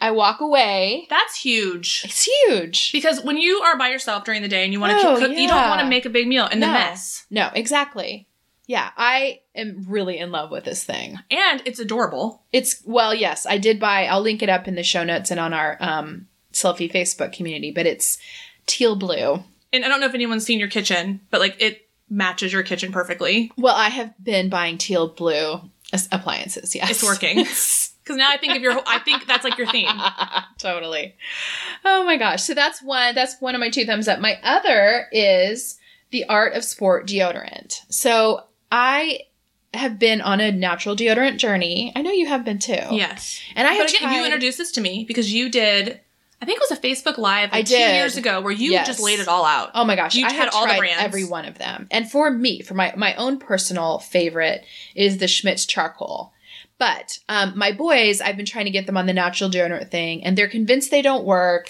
Speaker 2: I walk away.
Speaker 3: That's huge.
Speaker 2: It's huge.
Speaker 3: Because when you are by yourself during the day and you want to
Speaker 2: Oh,
Speaker 3: cook, you don't
Speaker 2: yeah.
Speaker 3: want to make a big meal and
Speaker 2: No.
Speaker 3: the mess.
Speaker 2: No, exactly. Yeah, I am really in love with this thing.
Speaker 3: And it's adorable.
Speaker 2: It's well, yes, I did buy. I'll link it up in the show notes and on our um, selfie Facebook community. But it's teal blue.
Speaker 3: And I don't know if anyone's seen your kitchen, but like it matches your kitchen perfectly.
Speaker 2: Well, I have been buying teal blue as- appliances. Yes,
Speaker 3: It's working. Because now I think of your whole, I think that's like your theme.
Speaker 2: totally. Oh my gosh! So that's one. That's one of my two thumbs up. My other is the art of sport deodorant. So I have been on a natural deodorant journey. I know you have been too.
Speaker 3: Yes.
Speaker 2: and I have
Speaker 3: But again,
Speaker 2: tried-
Speaker 3: you introduced this to me because you did. I think it was a Facebook Live like
Speaker 2: I
Speaker 3: two
Speaker 2: did.
Speaker 3: years ago where you
Speaker 2: Yes.
Speaker 3: just laid it all out.
Speaker 2: Oh my gosh,
Speaker 3: You
Speaker 2: I
Speaker 3: had
Speaker 2: had
Speaker 3: all the
Speaker 2: tried
Speaker 3: brands.
Speaker 2: every one of them. And for me, for my my own personal favorite is the Schmidt's charcoal. But um, my boys, I've been trying to get them on the natural deodorant thing, and they're convinced they don't work.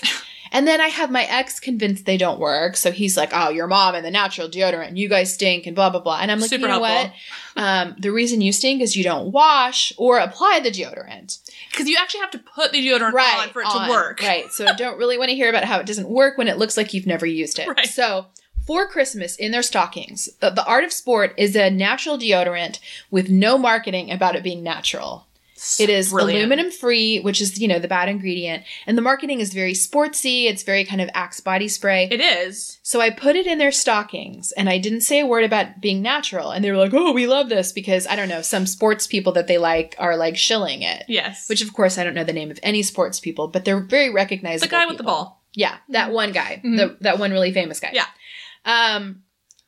Speaker 2: And then I have my ex convinced they don't work, so he's like, "Oh, your mom and the natural deodorant, you guys stink," and blah blah blah. And I'm like,
Speaker 3: Super
Speaker 2: "You know
Speaker 3: helpful.
Speaker 2: what? Um, the reason you stink is you don't wash or apply the deodorant."
Speaker 3: Because you actually have to put the deodorant on for it
Speaker 2: on.
Speaker 3: to work.
Speaker 2: Right. So I don't really want to hear about how it doesn't work when it looks like you've never used it.
Speaker 3: Right.
Speaker 2: So for Christmas in their stockings, uh, the Art of Sport is a natural deodorant with no marketing about it being natural. It is
Speaker 3: Brilliant.
Speaker 2: aluminum free, which is, you know, the bad ingredient. And the marketing is very sportsy. It's very kind of Axe body spray.
Speaker 3: It is.
Speaker 2: So I put it in their stockings and I didn't say a word about being natural. And they were like, oh, we love this because I don't know, some sports people that they like are like shilling it
Speaker 3: Yes.
Speaker 2: which of course I don't know the name of any sports people, but they're very recognizable.
Speaker 3: the Mm-hmm. guy with the
Speaker 2: people.
Speaker 3: ball.
Speaker 2: Yeah, that one guy, the, that one really famous guy.
Speaker 3: Yeah.
Speaker 2: Um,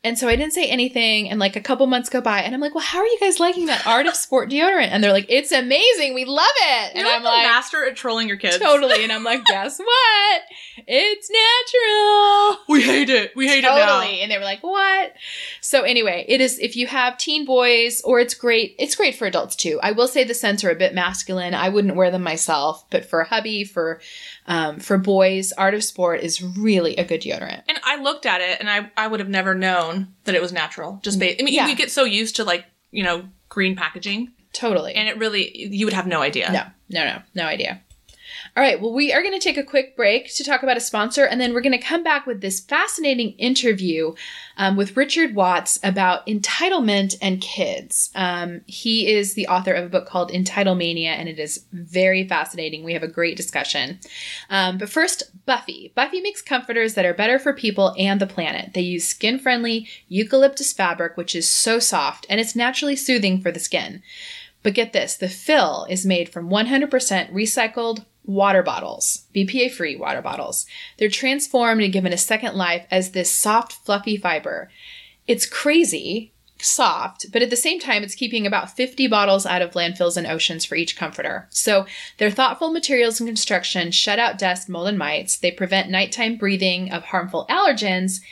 Speaker 2: And so I didn't say anything. And like a couple months go by, and I'm like, well, how are you guys liking that art of sport deodorant? And they're like, it's amazing. We love it.
Speaker 3: You're
Speaker 2: and
Speaker 3: like
Speaker 2: I'm
Speaker 3: the
Speaker 2: like,
Speaker 3: master at trolling your kids.
Speaker 2: totally. And I'm like, guess what? It's natural.
Speaker 3: We hate it. We hate
Speaker 2: Totally. And they were like, what? So anyway, it is if you have teen boys or it's great, it's great for adults too. I will say the scents are a bit masculine. I wouldn't wear them myself, but for hubby, for um, for boys, Art of Sport is really a good deodorant.
Speaker 3: And I looked at it, and I I would have never known that it was natural. Just based, I mean,
Speaker 2: Yeah.
Speaker 3: we get so used to like you know green packaging,
Speaker 2: Totally.
Speaker 3: and it really you would have no idea.
Speaker 2: No, no, no, no idea. All right, well, we are going to take a quick break to talk about a sponsor, and then we're going to come back with this fascinating interview um, with Richard Watts about entitlement and kids. Um, he is the author of a book called Entitlemania, and it is very fascinating. We have a great discussion. Um, but first, Buffy. Buffy makes comforters that are better for people and the planet. They use skin friendly eucalyptus fabric, which is so soft, and it's naturally soothing for the skin. But get this the fill is made from 100% recycled water bottles, BPA free water bottles. They're transformed and given a second life as this soft, fluffy fiber. It's crazy soft, but at the same time, it's keeping about 50 bottles out of landfills and oceans for each comforter. So their thoughtful materials and construction shut out dust, mold, and mites. They prevent nighttime breathing of harmful allergens.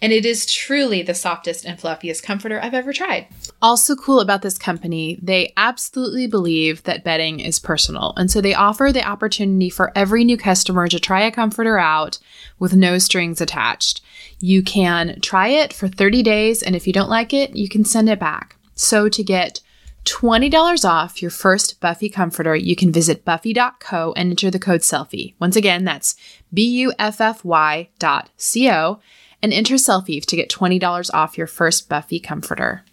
Speaker 2: And it is truly the softest and fluffiest comforter I've ever tried. Also, cool about this company, they absolutely believe that bedding is personal. And so they offer the opportunity for every new customer to try a comforter out with no strings attached. You can try it for 30 days, and if you don't like it, you can send it back. So to get $20 off your first Buffy comforter, you can visit buffy.co and enter the code SELFIE. Once again, that's B U F F Y dot C O and enter SELFIE to get $20 off your first Buffy comforter.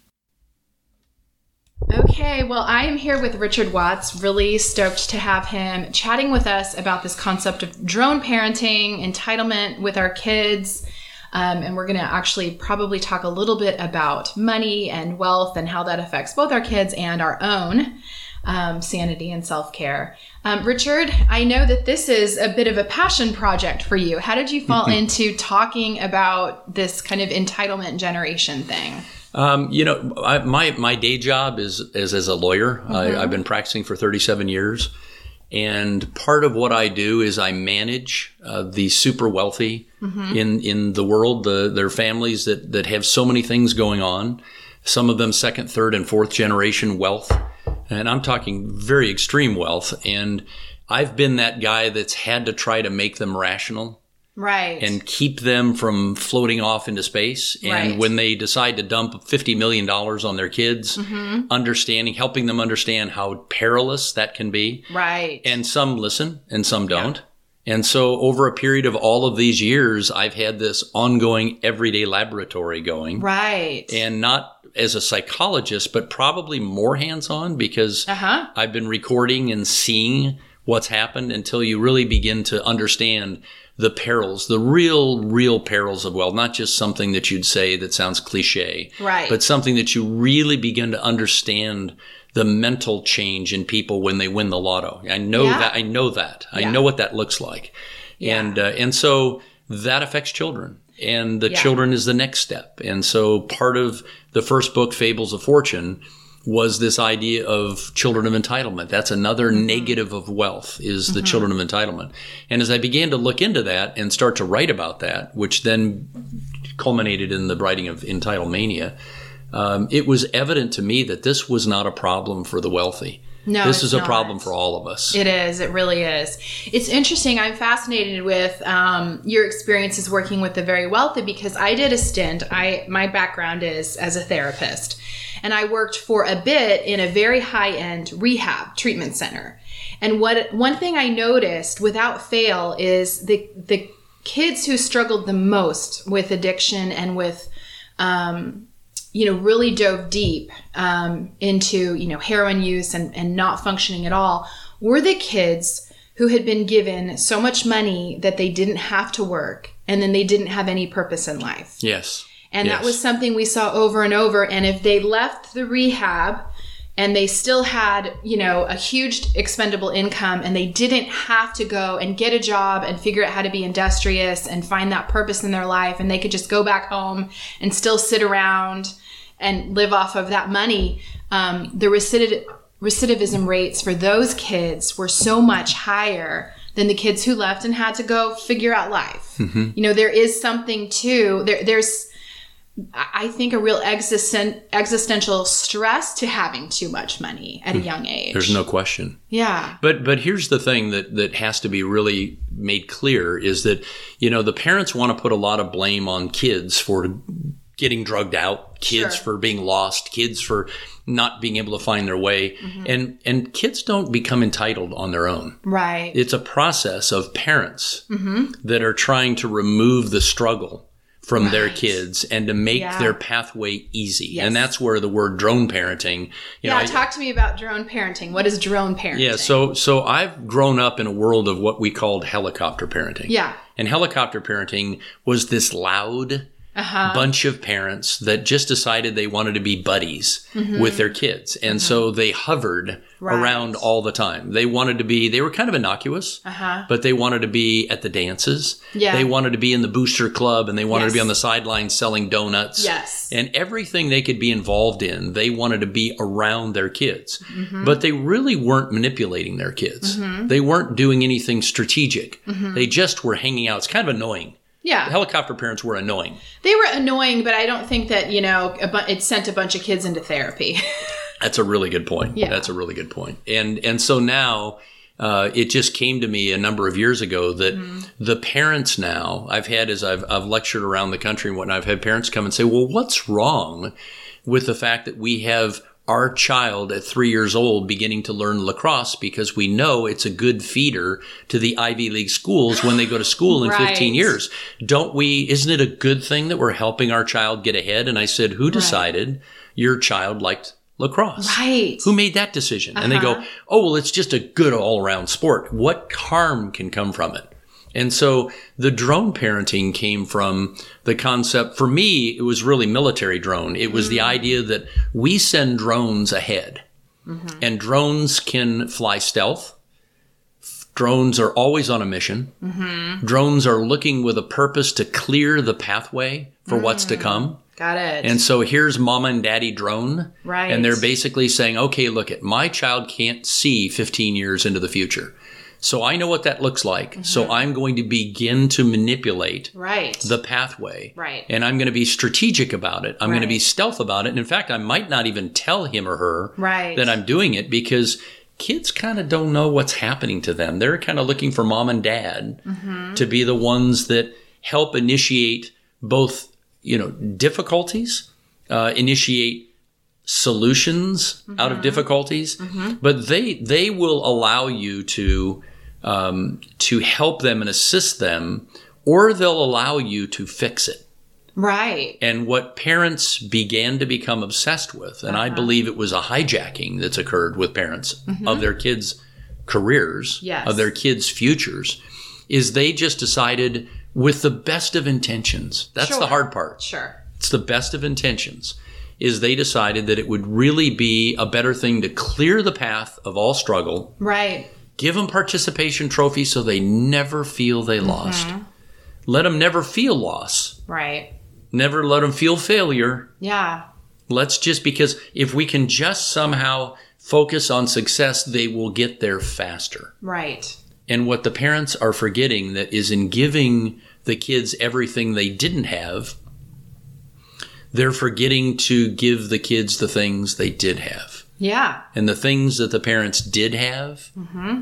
Speaker 2: Okay, well, I am here with Richard Watts. Really stoked to have him chatting with us about this concept of drone parenting, entitlement with our kids. Um, and we're going to actually probably talk a little bit about money and wealth and how that affects both our kids and our own um, sanity and self care. Um, Richard, I know that this is a bit of a passion project for you. How did you fall into talking about this kind of entitlement generation thing?
Speaker 4: Um, you know, I, my my day job is is as a lawyer. I, I've been practicing for 37 years, and part of what I do is I manage uh, the super wealthy in in the world. The their families that that have so many things going on. Some of them second, third, and fourth generation wealth, and I'm talking very extreme wealth. And I've been that guy that's had to try to make them rational
Speaker 2: Right.
Speaker 4: and keep them from floating off into space. And
Speaker 2: Right.
Speaker 4: when they decide to dump fifty million dollars on their kids,
Speaker 2: Mm-hmm.
Speaker 4: understanding, helping them understand how perilous that can be.
Speaker 2: right.
Speaker 4: And some listen, and some don't. And so, over a period of all of these years, I've had this ongoing everyday laboratory going
Speaker 2: right.
Speaker 4: and not as a psychologist, but probably more hands on because
Speaker 2: Uh-huh.
Speaker 4: I've been recording and seeing what's happened until you really begin to understand the perils, the real, real perils of wealth, not just something that you'd say that sounds cliche,
Speaker 2: Right.
Speaker 4: but something that you really begin to understand the mental change in people when they win the lotto. I know
Speaker 2: Yeah.
Speaker 4: that. I know that.
Speaker 2: Yeah.
Speaker 4: I know what that looks like. And, uh, and so that affects children. And the
Speaker 2: Yeah.
Speaker 4: children is the next step. And so part of the first book, Fables of Fortune, was this idea of children of entitlement. That's another
Speaker 2: Mm-hmm.
Speaker 4: negative of wealth is the children of entitlement. And as I began to look into that and start to write about that, which then culminated in the writing of Entitlemania, um, it was evident to me that this was not a problem for the wealthy.
Speaker 2: No,
Speaker 4: this
Speaker 2: it's
Speaker 4: is a
Speaker 2: not.
Speaker 4: problem for all of us.
Speaker 2: It is. It really is. It's interesting. I'm fascinated with um, your experiences working with the very wealthy because I did a stint. I my background is as a therapist, and I worked for a bit in a very high end rehab treatment center. And what one thing I noticed without fail is the the kids who struggled the most with addiction and with you know really dove deep um, into you know heroin use and, and not functioning at all were the kids who had been given so much money that they didn't have to work and then they didn't have any purpose in life
Speaker 4: Yes.
Speaker 2: and that
Speaker 4: Yes.
Speaker 2: was something we saw over and over and if they left the rehab and they still had, you know, a huge expendable income and they didn't have to go and get a job and figure out how to be industrious and find that purpose in their life and they could just go back home and still sit around and live off of that money. Um, the recidiv- recidivism rates for those kids were so much higher than the kids who left and had to go figure out life. You know, there is something to there. Theresten- I I think, a real existen- existential stress to having too much money at a young age.
Speaker 4: Hmm. There's no question.
Speaker 2: yeah,
Speaker 4: But but here's the thing that that has to be really made clear is that you know the parents want to put a lot of blame on kids for getting drugged out, kids
Speaker 2: Sure.
Speaker 4: for being lost, kids for not being able to find their way.
Speaker 2: Mm-hmm.
Speaker 4: And and kids don't become entitled on their own.
Speaker 2: right.
Speaker 4: It's a process of parents
Speaker 2: Mm-hmm.
Speaker 4: that are trying to remove the struggle from their kids and to make
Speaker 2: Yeah.
Speaker 4: their pathway easy.
Speaker 2: Yes.
Speaker 4: And that's where the word drone parenting, you know,
Speaker 2: yeah,
Speaker 4: I-
Speaker 2: talk to me about drone parenting. What is drone parenting?
Speaker 4: yeah, so so I've grown up in a world of what we called helicopter parenting.
Speaker 2: yeah,
Speaker 4: And helicopter parenting was this loud
Speaker 2: Uh-huh.
Speaker 4: bunch of parents that just decided they wanted to be buddies with their kids. And so they hovered
Speaker 2: Mm-hmm. Right.
Speaker 4: around all the time. They wanted to be they were kind of innocuous, but they wanted to be at the dances.
Speaker 2: Uh-huh. Yeah.
Speaker 4: They wanted to be in the booster club and they wanted to be
Speaker 2: Yes.
Speaker 4: on the sidelines selling donuts.
Speaker 2: Yes.
Speaker 4: And everything they could be involved in, they wanted to be around their kids. But they really weren't manipulating their kids. They weren't doing anything strategic. They just were hanging out. It's kind of annoying.
Speaker 2: yeah.
Speaker 4: Helicopter parents were annoying.
Speaker 2: They were annoying, but I don't think that you know a bu- it sent a bunch of kids into therapy.
Speaker 4: That's a really good point.
Speaker 2: Yeah.
Speaker 4: That's a really good point. And and so now uh, it just came to me a number of years ago that
Speaker 2: Mm-hmm.
Speaker 4: the parents now I've had as I've I've lectured around the country and whatnot, I've had parents come and say, Well, what's wrong with the fact that we have our child at three years old beginning to learn lacrosse because we know it's a good feeder to the Ivy League schools when they go to school in
Speaker 2: Right.
Speaker 4: 15 years. Don't we, isn't it a good thing that we're helping our child get ahead? And I said, Who decided your child liked lacrosse?
Speaker 2: right.
Speaker 4: Who made that decision? And they go, oh, well, it's just a good all around sport. What harm can come from it? And so the drone parenting came from the concept. For me, it was really military drone. It was the idea that we send drones ahead and drones can fly stealth. Drones are always on a mission. Drones are looking with a purpose to clear the pathway for what's to come.
Speaker 2: Got it.
Speaker 4: And so here's mama and daddy drone.
Speaker 2: Right.
Speaker 4: And they're basically saying, okay, look at my child can't see 15 years into the future. So I know what that looks like.
Speaker 2: Mm-hmm.
Speaker 4: So I'm going to begin to manipulate
Speaker 2: right.
Speaker 4: the pathway.
Speaker 2: Right.
Speaker 4: And I'm going to be strategic about it. I'm going to
Speaker 2: Right.
Speaker 4: be stealth about it. And in fact, I might not even tell him or her
Speaker 2: Right.
Speaker 4: that I'm doing it because kids kind of don't know what's happening to them. They're kind of looking for mom and dad to be the ones that help initiate both, you know, difficulties, uh, initiate solutions out of difficulties, but they they will allow you to um, to help them and assist them, or they'll allow you to fix it
Speaker 2: right.
Speaker 4: and what parents began to become obsessed with and
Speaker 2: Uh-huh.
Speaker 4: i believe it was a hijacking that's occurred with parents of their kids careers
Speaker 2: Mm-hmm. Yes.
Speaker 4: of their kids futures is they just decided with the best of intentions that's
Speaker 2: Sure.
Speaker 4: the hard part
Speaker 2: Sure.
Speaker 4: it's the best of intentions is they decided that it would really be a better thing to clear the path of all struggle
Speaker 2: Right.
Speaker 4: Give them participation trophies so they never feel they lost.
Speaker 2: Mm-hmm.
Speaker 4: Let them never feel loss.
Speaker 2: Right.
Speaker 4: Never let them feel failure.
Speaker 2: Yeah.
Speaker 4: Let's just because if we can just somehow focus on success, they will get there faster.
Speaker 2: Right.
Speaker 4: And what the parents are forgetting that is in giving the kids everything they didn't have, they're forgetting to give the kids the things they did have.
Speaker 2: Yeah.
Speaker 4: And the things that the parents did have,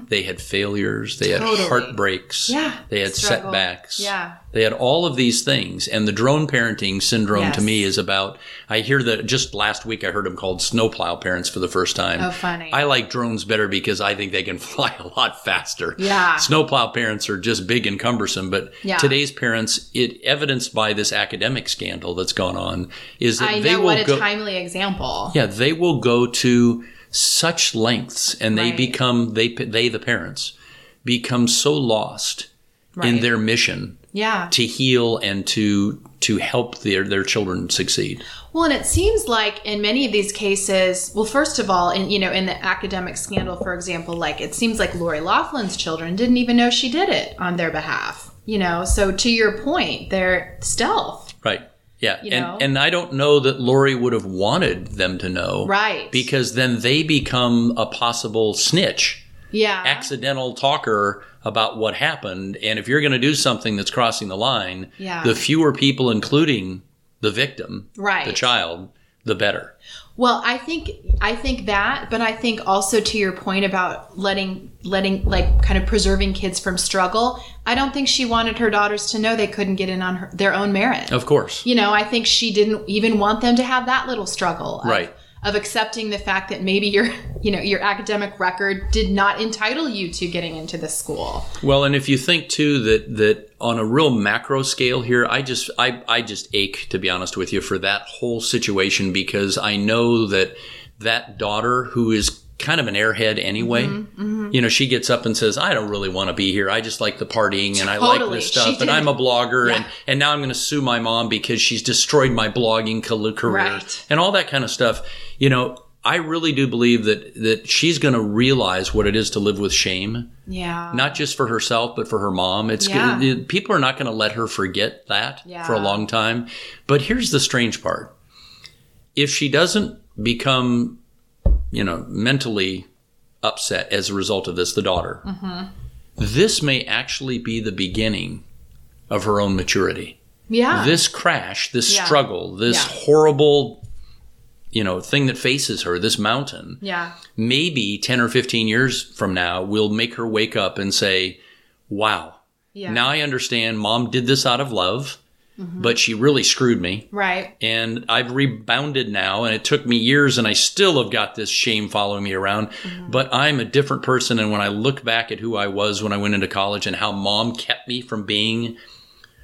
Speaker 4: they had failures, they
Speaker 2: Mm-hmm. Totally.
Speaker 4: had heartbreaks,
Speaker 2: Yeah.
Speaker 4: they had
Speaker 2: Struggle.
Speaker 4: setbacks.
Speaker 2: Yeah.
Speaker 4: They had all of these things. And the drone parenting syndrome to
Speaker 2: Yes.
Speaker 4: me is about, I hear that just last week I heard them called snowplow parents for the first time.
Speaker 2: Oh, funny.
Speaker 4: I like drones better because I think they can fly a lot faster.
Speaker 2: Yeah.
Speaker 4: Snowplow parents are just big and cumbersome. But
Speaker 2: Yeah.
Speaker 4: today's parents, it evidenced by this academic scandal that's gone on, is that
Speaker 2: I
Speaker 4: they
Speaker 2: know
Speaker 4: will
Speaker 2: what a
Speaker 4: go.
Speaker 2: timely example.
Speaker 4: Yeah, they will go to such lengths, and they
Speaker 2: Right.
Speaker 4: become they they the parents become so lost in
Speaker 2: Right.
Speaker 4: their mission
Speaker 2: Yeah.
Speaker 4: to heal and to to help their their children succeed.
Speaker 2: Well, and it seems like in many of these cases, well, first of all, in you know, in the academic scandal, for example, like it seems like Lori Laughlin's children didn't even know she did it on their behalf. You know, so to your point, they're stealth,
Speaker 4: Right. Yeah.
Speaker 2: You
Speaker 4: and
Speaker 2: know?
Speaker 4: and I don't know that Lori would have wanted them to know.
Speaker 2: right?
Speaker 4: Because then they become a possible snitch,
Speaker 2: yeah,
Speaker 4: accidental talker about what happened. And if you're going to do something that's crossing the line,
Speaker 2: Yeah.
Speaker 4: the fewer people, including the victim,
Speaker 2: right.
Speaker 4: the child, the better.
Speaker 2: Well, I think I think that, but I think also to your point about letting letting like kind of preserving kids from struggle. I don't think she wanted her daughters to know they couldn't get in on her, their own merit.
Speaker 4: Of course.
Speaker 2: You know, I think she didn't even want them to have that little struggle. Of,
Speaker 4: Right.
Speaker 2: Of accepting the fact that maybe your, you know, your academic record did not entitle you to getting into the school.
Speaker 4: Well, and if you think too that that on a real macro scale here, I just I I just ache to be honest with you for that whole situation because I know that that daughter who is kind of an airhead anyway,
Speaker 2: Mm-hmm,
Speaker 4: you know, she gets up and says, "I don't really want to be here. I just like the partying and I like
Speaker 2: Totally.
Speaker 4: this
Speaker 2: She
Speaker 4: stuff
Speaker 2: did.
Speaker 4: and I'm a blogger and and now I'm going to sue my mom because she's destroyed my blogging col- career
Speaker 2: Right.
Speaker 4: and all that kind of stuff." You know, I really do believe that that she's going to realize what it is to live with shame
Speaker 2: Yeah.
Speaker 4: not just for herself but for her mom it's
Speaker 2: Yeah.
Speaker 4: it- people are not going to let her forget that
Speaker 2: Yeah.
Speaker 4: for a long time but here's the strange part if she doesn't become you know mentally upset as a result of this the daughter
Speaker 2: Mm-hmm.
Speaker 4: this may actually be the beginning of her own maturity
Speaker 2: yeah.
Speaker 4: this crash this
Speaker 2: Yeah.
Speaker 4: struggle this
Speaker 2: Yeah.
Speaker 4: horrible you know thing that faces her this mountain
Speaker 2: yeah.
Speaker 4: maybe 10 or 15 years from now will make her wake up and say, Wow,
Speaker 2: Yeah.
Speaker 4: now I understand mom did this out of love, but she really screwed me.
Speaker 2: right.
Speaker 4: And I've rebounded now, and it took me years, and I still have got this shame following me around.
Speaker 2: Mm-hmm.
Speaker 4: But I'm a different person. And when I look back at who I was when I went into college and how mom kept me from being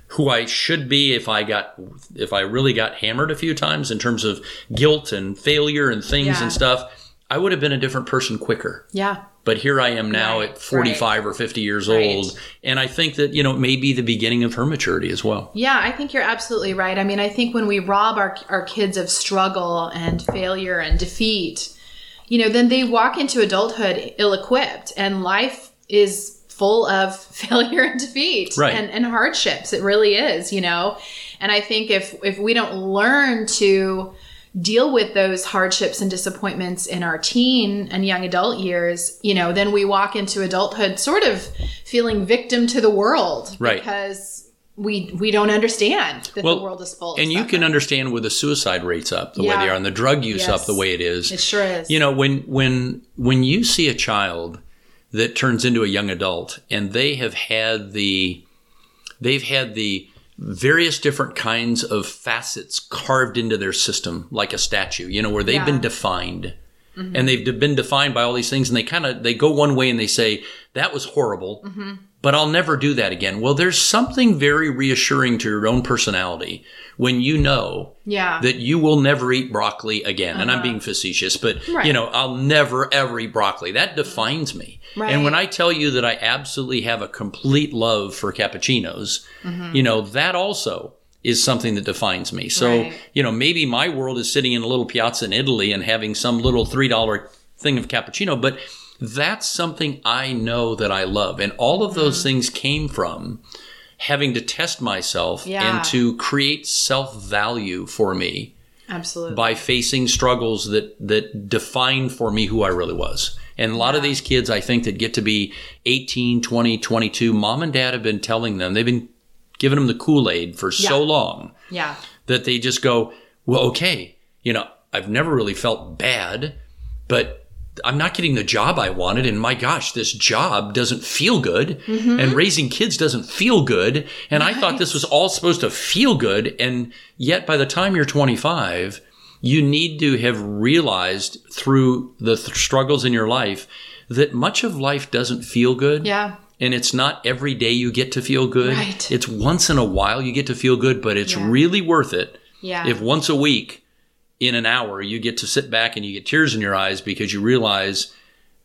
Speaker 4: who I should be if I got if I really got hammered a few times in terms of guilt and failure and things
Speaker 2: Yeah.
Speaker 4: and stuff, I would have been a different person quicker.
Speaker 2: Yeah.
Speaker 4: But here I am now
Speaker 2: Right,
Speaker 4: at 45 or 50 years
Speaker 2: Right.
Speaker 4: old, and I think that you know it may be the beginning of her maturity as well.
Speaker 2: Yeah, I think you're absolutely right. I mean, I think when we rob our, our kids of struggle and failure and defeat, you know, then they walk into adulthood ill equipped, and life is full of failure and defeat
Speaker 4: Right.
Speaker 2: and, and hardships. It really is, you know. And I think if if we don't learn to deal with those hardships and disappointments in our teen and young adult years, you know, then we walk into adulthood sort of feeling victim to the world
Speaker 4: Right.
Speaker 2: because we we don't understand that
Speaker 4: Well,
Speaker 2: the world is full. of
Speaker 4: And you
Speaker 2: stuff.
Speaker 4: can understand with the suicide rates up the
Speaker 2: Yeah.
Speaker 4: way they are, and the drug use
Speaker 2: Yes.
Speaker 4: up the way it is.
Speaker 2: it sure is.
Speaker 4: you know when when when you see a child that turns into a young adult and they have had the they've had the various different kinds of facets carved into their system like a statue you know where they've
Speaker 2: Yeah.
Speaker 4: been defined and they've de- been defined by all these things and they kind of they go one way and they say that was horrible but I'll never do that again. Well, there's something very reassuring to your own personality when you know
Speaker 2: yeah.
Speaker 4: that you will never eat broccoli again. And I'm being facetious, but
Speaker 2: Uh-huh. Right.
Speaker 4: you know, I'll never ever eat broccoli. That defines me. And when I tell you that I absolutely have a complete love for cappuccinos,
Speaker 2: Mm-hmm.
Speaker 4: you know, that also is something that defines me. So,
Speaker 2: Right.
Speaker 4: you know, maybe my world is sitting in a little piazza in Italy and having some little $3 thing of cappuccino, but that's something I know that I love. And all of
Speaker 2: Mm-hmm.
Speaker 4: those things came from having to test myself
Speaker 2: Yeah.
Speaker 4: and to create self value for me
Speaker 2: absolutely.
Speaker 4: by facing struggles that that define for me who I really was. And a lot of these kids I think that get to be 18, 20, 22, mom and dad have been telling them, they've been giving them the Kool-Aid for so long
Speaker 2: yeah.
Speaker 4: that they just go, "Well, okay, you know, I've never really felt bad, but I'm not getting the job I wanted, and my gosh, this job doesn't feel good,
Speaker 2: Mm-hmm.
Speaker 4: and raising kids doesn't feel good. And I thought this was all supposed to feel good, and yet by the time you're 25, you need to have realized through the th- struggles in your life that much of life doesn't feel good.
Speaker 2: Yeah.
Speaker 4: And it's not every day you get to feel good.
Speaker 2: Right.
Speaker 4: It's once in a while you get to feel good, but it's really worth it
Speaker 2: Yeah.
Speaker 4: if once a week in an hour you get to sit back and you get tears in your eyes because you realize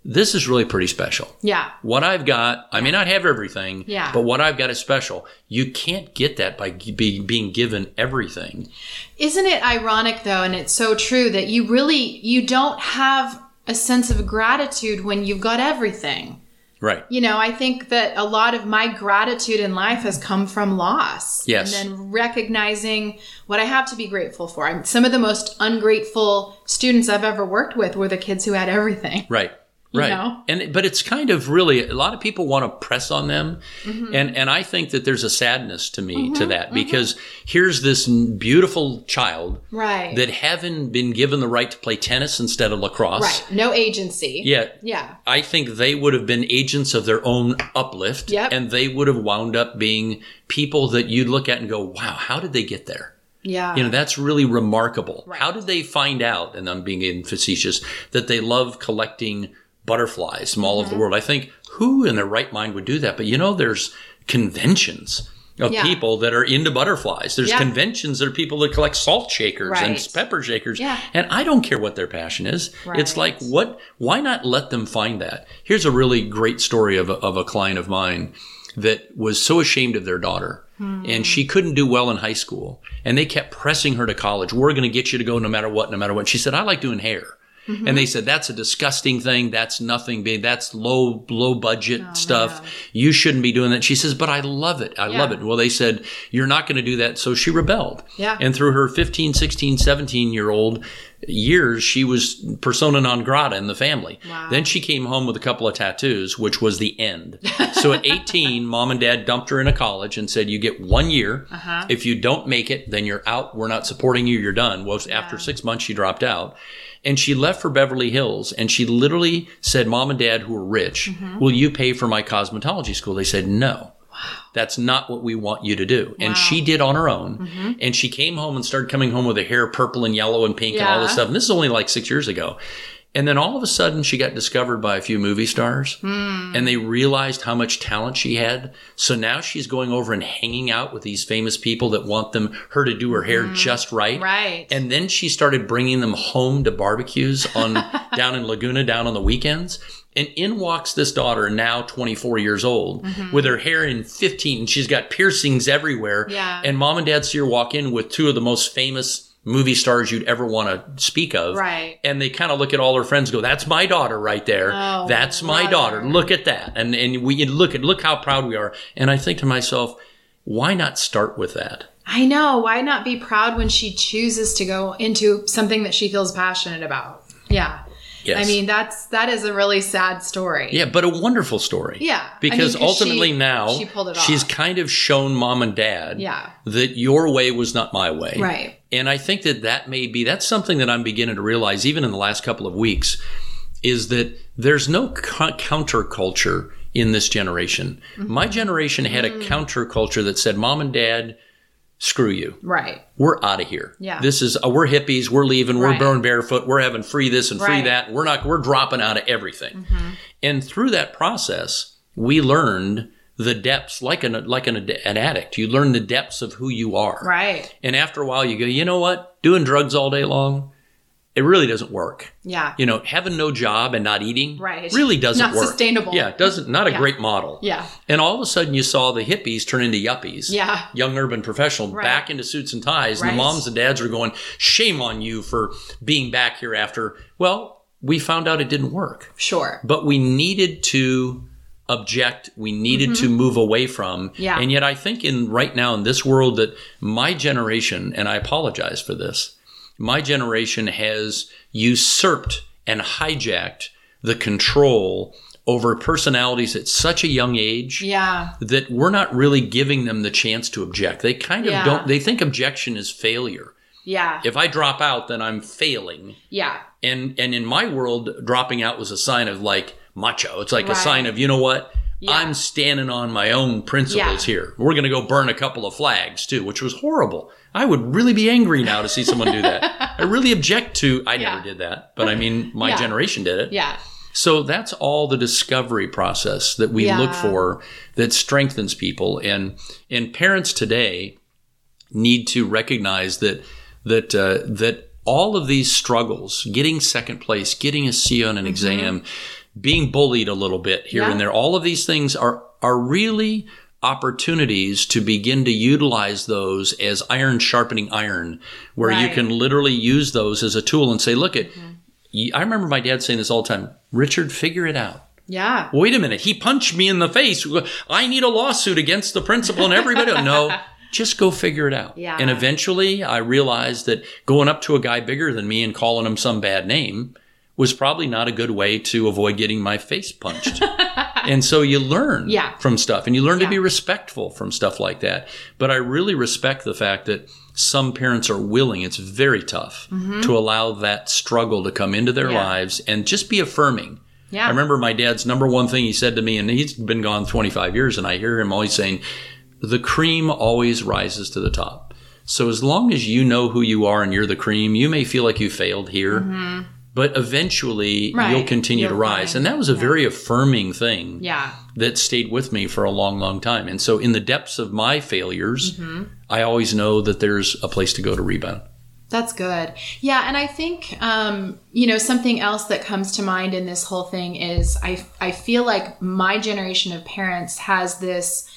Speaker 4: This is really pretty special.
Speaker 5: Yeah.
Speaker 4: What I've got, I may not have everything,
Speaker 5: Yeah.
Speaker 4: but what I've got is special. You can't get that by g- be, being given everything.
Speaker 5: Isn't it ironic though and it's so true that you really you don't have a sense of gratitude when you've got everything.
Speaker 4: Right.
Speaker 5: You know, I think that a lot of my gratitude in life has come from loss.
Speaker 4: Yes.
Speaker 5: And then recognizing what I have to be grateful for. I'm, some of the most ungrateful students I've ever worked with were the kids who had everything.
Speaker 4: Right. Right.
Speaker 5: know?
Speaker 4: And but it's kind of really a lot of people want to press on them.
Speaker 5: Mm-hmm.
Speaker 4: And and I think that there's a sadness to me to that because here's this n- beautiful child
Speaker 5: Right.
Speaker 4: that haven't been given the right to play tennis instead of lacrosse.
Speaker 5: right. No agency.
Speaker 4: Yeah.
Speaker 5: Yeah.
Speaker 4: I think they would have been agents of their own uplift
Speaker 5: Yep.
Speaker 4: and they would have wound up being people that you'd look at and go, "Wow, how did they get there?"
Speaker 5: Yeah.
Speaker 4: You know, that's really remarkable. How did they find out, and I'm being facetious, that they love collecting butterflies from all over
Speaker 5: Mm-hmm.
Speaker 4: the world? I think who in their right mind would do that? But you know, there's conventions of
Speaker 5: Yeah.
Speaker 4: people that are into butterflies. There's
Speaker 5: Yeah.
Speaker 4: conventions that are people that collect salt shakers and
Speaker 5: Right.
Speaker 4: pepper shakers.
Speaker 5: Yeah.
Speaker 4: And I don't care what their passion is. It's
Speaker 5: Right.
Speaker 4: like, what, why not let them find that? Here's a really great story of a, of a client of mine that was so ashamed of their daughter
Speaker 5: Hmm.
Speaker 4: and she couldn't do well in high school. And they kept pressing her to college. We're going to get you to go no matter what, no matter what. She said, I like doing hair.
Speaker 5: Mm-hmm.
Speaker 4: And they said, that's a disgusting thing. That's nothing big. That's low, low budget
Speaker 5: Oh,
Speaker 4: stuff. You shouldn't be doing that. She says, but I love it. I love it. Well, they said, you're not going to do that. So she rebelled.
Speaker 5: Yeah.
Speaker 4: And through her 15, 16, 17 year old years, she was persona non grata in the family. Then she came home with a couple of tattoos, which was the end. so at 18, mom and dad dumped her into college and said, You get one year. If you don't make it, then you're out. We're not supporting you. You're done. Well, after six months, she dropped out. And she left for Beverly Hills and she literally said, Mom and dad, who are rich, will you pay for my cosmetology school? They said, No. That's not what we want you to do. And she did on her own. And she came home and started coming home with her hair purple and yellow and pink and all this
Speaker 5: Yeah.
Speaker 4: stuff. And this is only like six years ago. And then all of a sudden, she got discovered by a few movie stars and they realized how much talent she had. So now she's going over and hanging out with these famous people that want them, her to do her hair just right.
Speaker 5: Right.
Speaker 4: And then she started bringing them home to barbecues on down in Laguna, down on the weekends. And in walks this daughter, now 24 years old,
Speaker 5: Mm-hmm.
Speaker 4: with her hair in 15, and she's got piercings everywhere.
Speaker 5: Yeah.
Speaker 4: And mom and dad see her walk in with two of the most famous movie stars you'd ever want to speak of.
Speaker 5: Right.
Speaker 4: And they kind of look at all her friends, and go, "That's my daughter right there.
Speaker 5: Oh,
Speaker 4: That's my daughter. Look at that." And and we and look at look how proud we are. And I think to myself, why not start with that?
Speaker 5: I know. Why not be proud when she chooses to go into something that she feels passionate about? Yeah.
Speaker 4: Yes.
Speaker 5: I mean, that's that is a really sad story.
Speaker 4: Yeah, but a wonderful story.
Speaker 5: Yeah. I mean,
Speaker 4: Because
Speaker 5: 'cause
Speaker 4: ultimately
Speaker 5: she-
Speaker 4: now
Speaker 5: she pulled it
Speaker 4: she's
Speaker 5: off.
Speaker 4: kind of shown mom and dad
Speaker 5: Yeah.
Speaker 4: that your way was not my way.
Speaker 5: Right.
Speaker 4: And I think that that may be that's something that I'm beginning to realize even in the last couple of weeks is that there's no co- counterculture in this generation.
Speaker 5: Mm-hmm.
Speaker 4: My generation had
Speaker 5: Mm.
Speaker 4: a counterculture that said mom and dad screw you.
Speaker 5: Right.
Speaker 4: We're out of here.
Speaker 5: Yeah.
Speaker 4: This is uh, we're hippies, we're leaving, we're
Speaker 5: Right.
Speaker 4: going barefoot, we're having free this and free
Speaker 5: Right. Mm-hmm.
Speaker 4: that. We're not we're dropping out of everything. And through that process, we learned the depths, like an like an, an addict, you learn the depths of who you are.
Speaker 5: Right.
Speaker 4: And after a while, you go, you know what? Doing drugs all day long, it really doesn't work.
Speaker 5: Yeah.
Speaker 4: You know, having no job and not eating,
Speaker 5: Right.
Speaker 4: really doesn't
Speaker 5: Not
Speaker 4: work.
Speaker 5: sustainable.
Speaker 4: Yeah, it doesn't. Not a
Speaker 5: Yeah.
Speaker 4: great model.
Speaker 5: Yeah.
Speaker 4: And all of a sudden, you saw the hippies turn into yuppies.
Speaker 5: Yeah.
Speaker 4: Young urban professional
Speaker 5: Right.
Speaker 4: back into suits and ties, and
Speaker 5: Right.
Speaker 4: the moms and dads are going, "Shame on you for being back here." After well, we found out it didn't work
Speaker 5: Sure.
Speaker 4: but we needed to object we needed to move away from
Speaker 5: Mm-hmm. Yeah.
Speaker 4: and yet i think in right now in this world that my generation and i apologize for this my generation has usurped and hijacked the control over personalities at such a young age
Speaker 5: Yeah.
Speaker 4: that we're not really giving them the chance to object they kind of
Speaker 5: Yeah.
Speaker 4: don't they think objection is failure
Speaker 5: Yeah.
Speaker 4: if i drop out then i'm failing
Speaker 5: Yeah.
Speaker 4: and and in my world dropping out was a sign of like macho it's like a
Speaker 5: Right.
Speaker 4: sign of you know what i'm standing on my own principles
Speaker 5: Yeah.
Speaker 4: here we're going to go burn a couple of flags too which was horrible i would really be angry now to see someone do that i really object to i
Speaker 5: Yeah.
Speaker 4: never did that but i mean my
Speaker 5: Yeah.
Speaker 4: generation did it
Speaker 5: Yeah.
Speaker 4: so that's all the discovery process that we
Speaker 5: Yeah.
Speaker 4: look for that strengthens people and and parents today need to recognize that that uh, that all of these struggles, getting second place, getting a C on an exam, being bullied a little bit here
Speaker 2: Yeah.
Speaker 4: and there. All of these things are are really opportunities to begin to utilize those as iron sharpening iron, where you
Speaker 6: Right.
Speaker 4: can literally use those as a tool and say, "Look at." y I I remember my dad saying this all the time. Richard, figure it out.
Speaker 2: Yeah.
Speaker 4: Wait a minute. He punched me in the face. I need a lawsuit against the principal and everybody. no, just go figure it out.
Speaker 2: Yeah.
Speaker 4: And eventually I realized that going up to a guy bigger than me and calling him some bad name was probably not a good way to avoid getting my face punched. and so you learn
Speaker 2: Yeah.
Speaker 4: from stuff and you learn
Speaker 2: Yeah.
Speaker 4: to be respectful from stuff like that. But I really respect the fact that some parents are willing, it's very tough to allow that struggle to come into their
Speaker 2: Mm-hmm. Yeah.
Speaker 4: lives and just be affirming.
Speaker 2: Yeah.
Speaker 4: I remember my dad's number one thing he said to me, and he's been gone 25 years, and I hear him always saying, The cream always rises to the top. So as long as you know who you are and you're the cream, you may feel like you failed here, but eventually
Speaker 2: Mm-hmm. Right.
Speaker 4: you'll continue to
Speaker 2: You'll
Speaker 4: rise.
Speaker 2: find-
Speaker 4: And that was a very affirming thing
Speaker 2: Yeah.
Speaker 4: that stayed with me for a long, long time. And so in the depths of my failures,
Speaker 2: Mm-hmm.
Speaker 4: I always know that there's a place to go to rebound.
Speaker 2: That's good. Yeah, and I think um, you know something else that comes to mind in this whole thing is I I feel like my generation of parents has this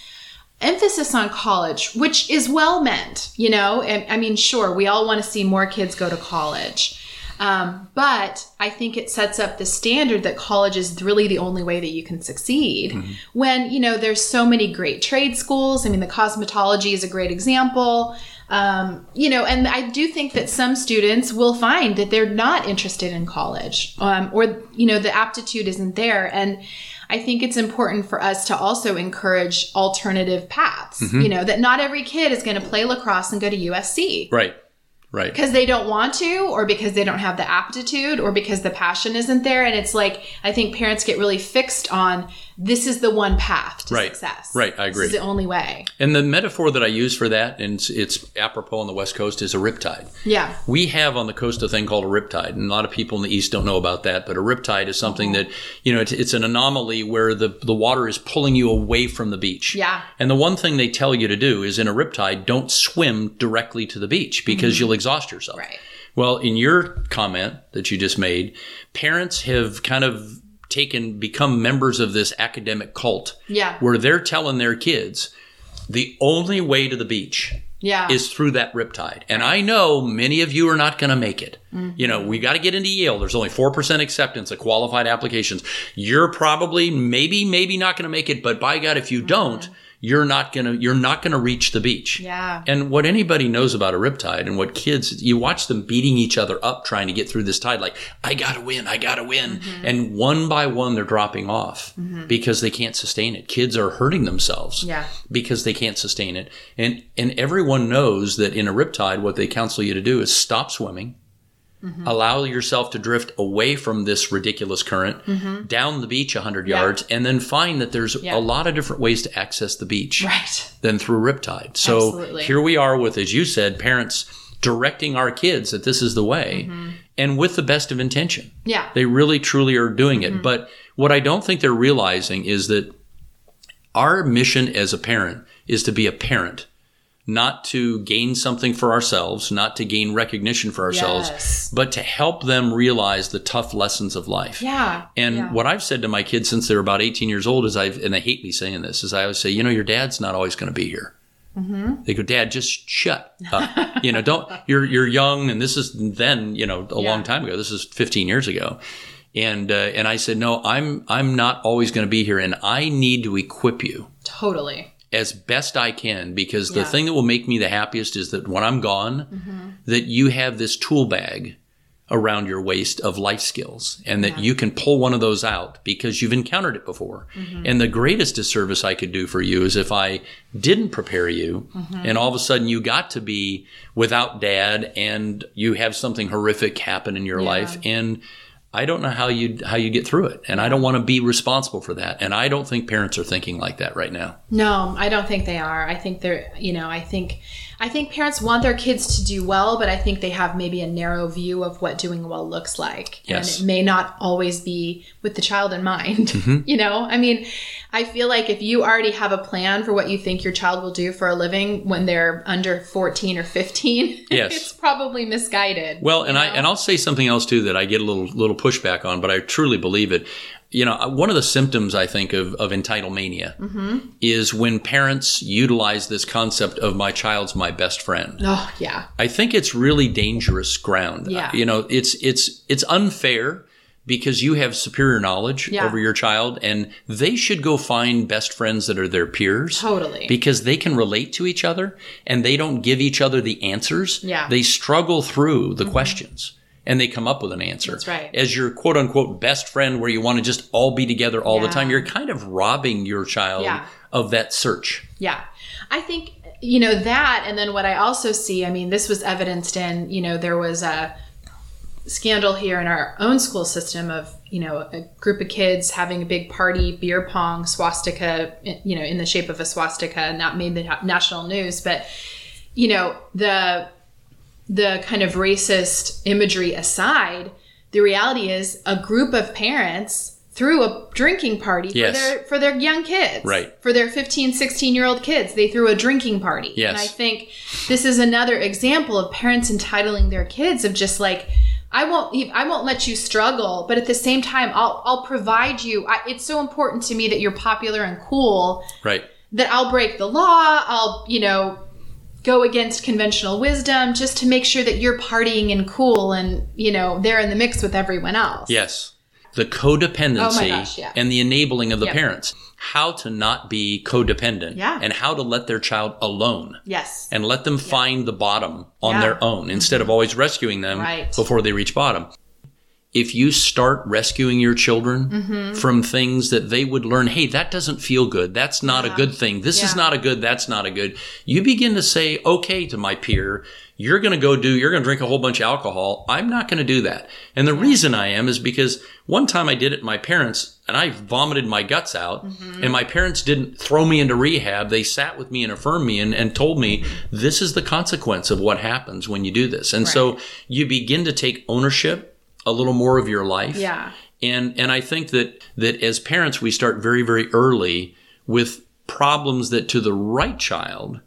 Speaker 2: emphasis on college, which is well meant. You know, and, I mean, sure, we all want to see more kids go to college, um, but I think it sets up the standard that college is really the only way that you can succeed. When you know there's so many great trade schools. I mean, the cosmetology is a great example. Um, you know, and I do think that some students will find that they're not interested in college, um, or you know, the aptitude isn't there. And I think it's important for us to also encourage alternative paths.
Speaker 4: Mm-hmm.
Speaker 2: You know, that not every kid is going to play lacrosse and go to USC
Speaker 4: Right. Right.
Speaker 2: because they don't want to or because they don't have the aptitude or because the passion isn't there and it's like i think parents get really fixed on this is the one path to
Speaker 4: Right.
Speaker 2: success
Speaker 4: Right, I agree.
Speaker 2: this is the only way
Speaker 4: And the metaphor that I use for that, and it's, it's apropos on the West Coast, is a riptide.
Speaker 2: yeah
Speaker 4: We have on the coast a thing called a riptide, and a lot of people in the East don't know about that. But a riptide is something
Speaker 2: Uh-huh.
Speaker 4: that, you know, it's, it's an anomaly where the, the water is pulling you away from the beach.
Speaker 2: Yeah.
Speaker 4: And the one thing they tell you to do is in a riptide, don't swim directly to the beach because you'll exhaust yourself.
Speaker 2: Mm-hmm. Right.
Speaker 4: Well, in your comment that you just made, parents have kind of taken, become members of this academic cult
Speaker 2: yeah
Speaker 4: where they're telling their kids the only way to the beach
Speaker 2: yeah
Speaker 4: is through that riptide. And I know many of you are not going to make it. You know, we got to get into Yale. There's only 4% acceptance of qualified applications. You're probably maybe maybe not going to make it, but by God if you don't, you're not going to you're not going to reach the beach.
Speaker 2: yeah
Speaker 4: And what anybody knows about a riptide and what kids, you watch them beating each other up trying to get through this tide, like, I gotta win, I gotta win.
Speaker 2: Mm-hmm.
Speaker 4: And one by one, they're dropping off because they can't sustain it. Kids are hurting themselves
Speaker 2: Yeah.
Speaker 4: because they can't sustain it. And, and everyone knows that in a riptide, what they counsel you to do is stop swimming.
Speaker 2: Mm-hmm.
Speaker 4: Allow yourself to drift away from this ridiculous current down the beach 100 yards and then find that there's
Speaker 2: Mm-hmm. Yeah.
Speaker 4: a lot of different ways to access the beach
Speaker 2: right
Speaker 4: than through Riptide. So
Speaker 2: Absolutely.
Speaker 4: here we are with, as you said, parents directing our kids that this is the way
Speaker 2: Mm-hmm.
Speaker 4: and with the best of intention.
Speaker 2: yeah
Speaker 4: They really truly are doing
Speaker 2: Mm-hmm.
Speaker 4: it. But what I don't think they're realizing is that our mission as a parent is to be a parent, not to gain something for ourselves, not to gain recognition for ourselves,
Speaker 2: Yes.
Speaker 4: but to help them realize the tough lessons of life.
Speaker 2: yeah
Speaker 4: And
Speaker 2: Yeah.
Speaker 4: what I've said to my kids since they're about 18 years old is I've, and they hate me saying this, is I always say, you know, your dad's not always going to be here. They go, Dad, just shut up. you know, don't, you're, you're young. And this is then, you know, a long time ago. This is 15 years ago. And, uh, and I said, no, I'm, I'm not always going to be here. And I need to equip you
Speaker 2: totally
Speaker 4: as best I can because
Speaker 2: Yeah.
Speaker 4: the thing that will make me the happiest is that when I'm gone, that you have this tool bag around your waist of life skills and that you can pull one of those out because you've encountered it before. And the greatest disservice I could do for you is if I didn't prepare you and all of a sudden you got to be without dad and you have something horrific happen in your life and I don't know how you how you get through it and I don't want to be responsible for that and I don't think parents are thinking like that right now.
Speaker 2: no i don't think they are i think they're you know i think i think parents want their kids to do well but i think they have maybe a narrow view of what doing well looks like
Speaker 4: Yes.
Speaker 2: and it may not always be with the child in mind
Speaker 4: Mm-hmm.
Speaker 2: you know i mean i feel like if you already have a plan for what you think your child will do for a living when they're under 14 or 15
Speaker 4: Yes.
Speaker 2: it's probably misguided
Speaker 4: Well, and I and I'll say something else too that I get a little little pushback on, but I truly believe it. you know, one of the symptoms I think of, of entitlemania
Speaker 2: Mm-hmm.
Speaker 4: is when parents utilize this concept of my child's my best friend.
Speaker 2: Oh, yeah.
Speaker 4: I think it's really dangerous ground.
Speaker 2: Yeah.
Speaker 4: You know, it's it's it's unfair because you have superior knowledge
Speaker 2: Yeah.
Speaker 4: over your child and they should go find best friends that are their peers.
Speaker 2: Totally.
Speaker 4: Because they can relate to each other and they don't give each other the answers.
Speaker 2: Yeah. Mm-hmm.
Speaker 4: They struggle through the questions and they come up with an answer.
Speaker 2: That's right.
Speaker 4: As your quote unquote best friend where you want to just all be together all the
Speaker 2: Yeah.
Speaker 4: time, you're kind of robbing your child
Speaker 2: Yeah.
Speaker 4: of that search.
Speaker 2: Yeah. I think, you know, that, and then what I also see, I mean, this was evidenced in, you know, there was a scandal here in our own school system of, you know, a group of kids having a big party, beer pong, swastika, you know, in the shape of a swastika, not made the na- national news, but, you know, the, the kind of racist imagery aside, the reality is a group of parents threw a drinking party
Speaker 4: Yes.
Speaker 2: for their for their young kids
Speaker 4: Right.
Speaker 2: for their 15 16 year old kids they threw a drinking party
Speaker 4: Yes.
Speaker 2: and i think this is another example of parents entitling their kids of just like i won't i won't let you struggle but at the same time i'll i'll provide you I, it's so important to me that you're popular and cool
Speaker 4: Right.
Speaker 2: that I'll break the law, I'll, you know, go against conventional wisdom just to make sure that you're partying and cool and, you know, they're in the mix with everyone else.
Speaker 4: Yes. The codependency
Speaker 2: Oh my gosh, yeah.
Speaker 4: and the enabling of the
Speaker 2: Yep.
Speaker 4: parents. How to not be codependent
Speaker 2: Yeah.
Speaker 4: and how to let their child alone
Speaker 2: Yes.
Speaker 4: and let them find the bottom
Speaker 2: Yeah.
Speaker 4: on
Speaker 2: Mm-hmm.
Speaker 4: their own instead of always rescuing them
Speaker 2: Right.
Speaker 4: before they reach bottom. If you start rescuing your children
Speaker 2: Mm-hmm.
Speaker 4: from things that they would learn, hey, that doesn't feel good. That's not a good thing. This is
Speaker 2: Yeah.
Speaker 4: not a good. That's not a good. You begin to say, okay, to my peer, you're going to go do, you're going to drink a whole bunch of alcohol. I'm not going to do that. And the reason I am is because one time I did it at my parents and I vomited my guts out
Speaker 2: Mm-hmm.
Speaker 4: and my parents didn't throw me into rehab. They sat with me and affirmed me and, and told me this is the consequence of what happens when you do this. And so you begin to take ownership a little more of your life.
Speaker 2: Yeah.
Speaker 4: And and I think that that as parents we start very very early with problems that to the right child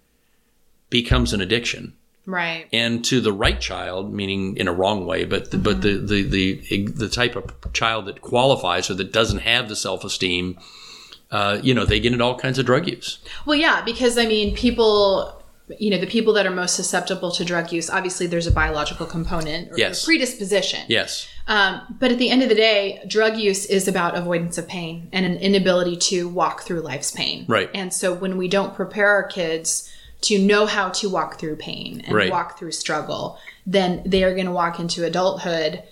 Speaker 4: becomes an addiction.
Speaker 2: Right.
Speaker 4: And to the right child, meaning in a wrong way, but the, but
Speaker 2: Mm-hmm.
Speaker 4: the, the the the type of child that qualifies or that doesn't have the self esteem, uh, you know, they get into all kinds of drug use.
Speaker 2: Well, yeah, because I mean, people, you know, the people that are most susceptible to drug use, obviously there's a biological component or
Speaker 4: Yes.
Speaker 2: predisposition.
Speaker 4: Yes,
Speaker 2: Um, but at the end of the day, drug use is about avoidance of pain and an inability to walk through life's pain.
Speaker 4: Right.
Speaker 2: And so when we don't prepare our kids to know how to walk through pain and
Speaker 4: Right.
Speaker 2: walk through struggle, then they are going to walk into adulthood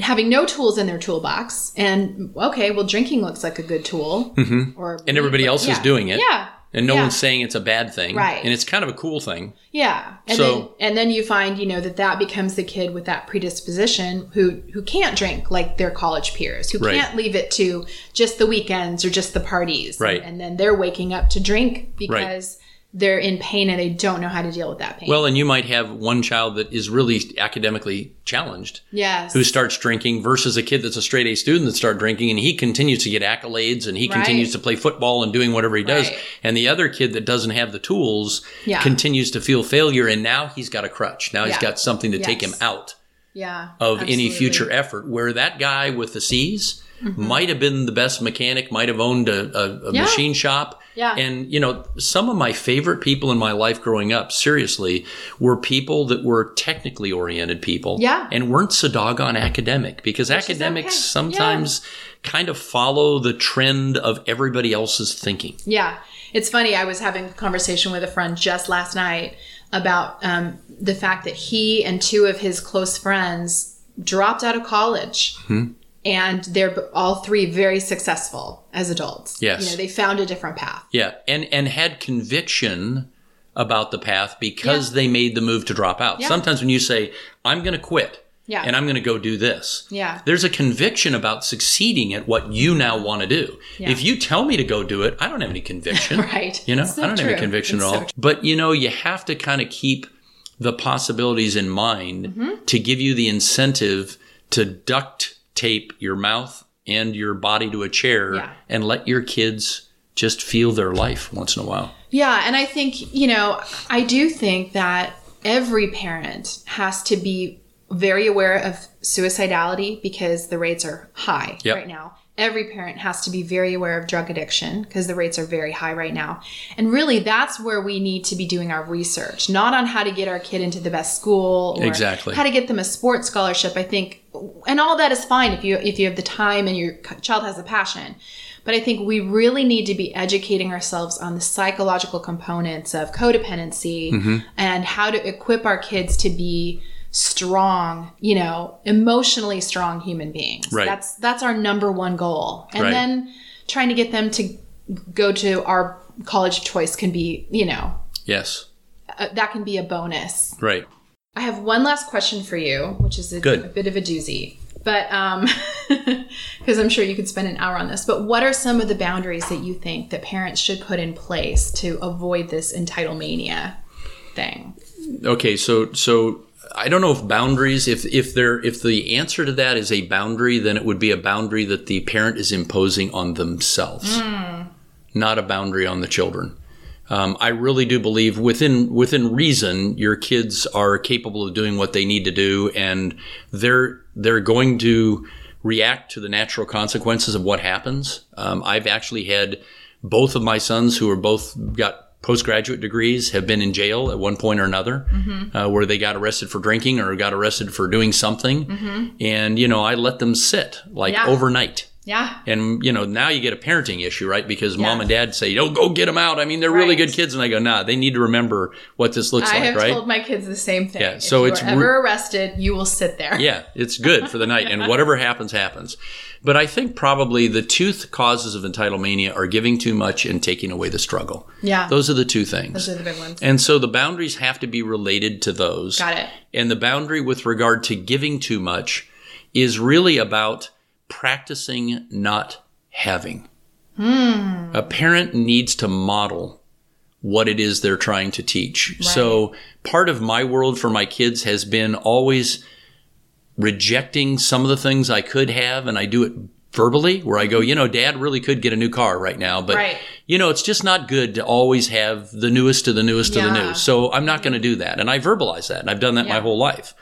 Speaker 2: having no tools in their toolbox. And okay, well, drinking looks like a good tool. Mm-hmm. Or
Speaker 4: and everybody else is
Speaker 2: Yeah.
Speaker 4: doing it.
Speaker 2: Yeah.
Speaker 4: And no
Speaker 2: Yeah.
Speaker 4: one's saying it's a bad thing.
Speaker 2: Right.
Speaker 4: And it's kind of a cool thing.
Speaker 2: Yeah, and
Speaker 4: So-
Speaker 2: then and then you find you know that that becomes the kid with that predisposition who who can't drink like their college peers, who
Speaker 4: Right.
Speaker 2: can't leave it to just the weekends or just the parties,
Speaker 4: Right.
Speaker 2: And then they're waking up to drink because they're in pain and they don't know how to deal with that pain.
Speaker 4: Well, and you might have one child that is really academically challenged
Speaker 2: yes,
Speaker 4: who starts drinking versus a kid that's a straight A student that start drinking and he continues to get accolades and he
Speaker 2: Right.
Speaker 4: continues to play football and doing whatever he does.
Speaker 2: Right.
Speaker 4: And the other kid that doesn't have the tools
Speaker 2: Yeah.
Speaker 4: continues to feel failure and now he's got a crutch. Now he's
Speaker 2: Yeah.
Speaker 4: got something to take him
Speaker 2: Yes.
Speaker 4: out
Speaker 2: yeah,
Speaker 4: of any
Speaker 2: absolutely. Mm-hmm.
Speaker 4: future effort. Where that guy with the C's might have been the best mechanic, might have owned a, a, a
Speaker 2: Yeah.
Speaker 4: machine shop.
Speaker 2: Yeah.
Speaker 4: And, you know, some of my favorite people in my life growing up, seriously, were people that were technically oriented people.
Speaker 2: Yeah.
Speaker 4: And weren't so doggone academic because academics
Speaker 2: okay.
Speaker 4: sometimes kind of follow the trend of everybody else's thinking.
Speaker 2: Yeah. It's funny. I was having a conversation with a friend just last night about um, the fact that he and two of his close friends dropped out of college.
Speaker 4: Hmm.
Speaker 2: And they're b- all three very successful as adults.
Speaker 4: Yes.
Speaker 2: You know, they found a different path.
Speaker 4: Yeah. And, and had conviction about the path because they made the move to drop out.
Speaker 2: Yeah.
Speaker 4: Sometimes when you say, I'm going to quit.
Speaker 2: Yeah.
Speaker 4: and I'm going to go do this.
Speaker 2: Yeah.
Speaker 4: There's a conviction about succeeding at what you now want to do. If you tell me to go do it, I don't have any conviction.
Speaker 2: Right.
Speaker 4: You know,
Speaker 2: It's so
Speaker 4: I don't have any
Speaker 2: true.
Speaker 4: conviction
Speaker 2: It's
Speaker 4: at
Speaker 2: so
Speaker 4: all. but you know, you have to kind of keep the possibilities in mind
Speaker 2: Mm-hmm.
Speaker 4: to give you the incentive to duct tape your mouth and your body to a chair
Speaker 2: Yeah.
Speaker 4: and let your kids just feel their life once in a while.
Speaker 2: Yeah, and I think, you know, I do think that every parent has to be very aware of suicidality because the rates are high
Speaker 4: Yep.
Speaker 2: right now. every parent has to be very aware of drug addiction because the rates are very high right now. And really, that's where we need to be doing our research, not on how to get our kid into the best school or
Speaker 4: Exactly.
Speaker 2: how to get them a sports scholarship. I think, and all that is fine if you if you have the time and your c- child has a passion. But I think we really need to be educating ourselves on the psychological components of codependency
Speaker 4: Mm-hmm.
Speaker 2: and how to equip our kids to be strong, you know, emotionally strong human beings.
Speaker 4: Right.
Speaker 2: That's that's our number one goal. And
Speaker 4: Right.
Speaker 2: then trying to get them to go to our college of choice can be, you know,
Speaker 4: Yes.
Speaker 2: uh, that can be a bonus.
Speaker 4: Right.
Speaker 2: I have one last question for you, which is a,
Speaker 4: Good.
Speaker 2: a bit of a doozy, but um, because I'm sure you could spend an hour on this. But what are some of the boundaries that you think that parents should put in place to avoid this entitlemania thing?
Speaker 4: Okay. So so I don't know if boundaries. If if there if the answer to that is a boundary, then it would be a boundary that the parent is imposing on themselves, not a boundary on the children. Um, I really do believe within within reason, your kids are capable of doing what they need to do, and they're they're going to react to the natural consequences of what happens. Um, I've actually had both of my sons, who are both got postgraduate degrees, have been in jail at one point or another, uh, where they got arrested for drinking or got arrested for doing something, and you know I let them sit like
Speaker 2: Yeah.
Speaker 4: overnight.
Speaker 2: Yeah.
Speaker 4: And you know, now you get a parenting issue, right? Because mom and dad say, "Oh, go get them out." I mean, they're really
Speaker 2: Right.
Speaker 4: good kids, and I go, "Nah, they need to remember what this looks
Speaker 2: I
Speaker 4: like,
Speaker 2: have
Speaker 4: right?"
Speaker 2: told my kids the same thing.
Speaker 4: Yeah, so
Speaker 2: if
Speaker 4: it's
Speaker 2: you
Speaker 4: re-
Speaker 2: are ever arrested, you will sit there.
Speaker 4: yeah, it's good for the night, and whatever happens, happens. But I think probably the two th- causes of entitlemania are giving too much and taking away the struggle.
Speaker 2: Yeah.
Speaker 4: Those are the two things.
Speaker 2: Those are the big ones.
Speaker 4: And so the boundaries have to be related to those.
Speaker 2: Got it.
Speaker 4: And the boundary with regard to giving too much is really about practicing not having.
Speaker 2: Hmm.
Speaker 4: A parent needs to model what it is they're trying to teach. So part of my world for my kids has been always rejecting some of the things I could have, and I do it verbally, where I go, you know, dad really could get a new car right now, but
Speaker 2: Right.
Speaker 4: you know, it's just not good to always have the newest to the newest to the
Speaker 2: Yeah.
Speaker 4: new. So I'm not going to do that. And I verbalize that, and I've done that my whole life.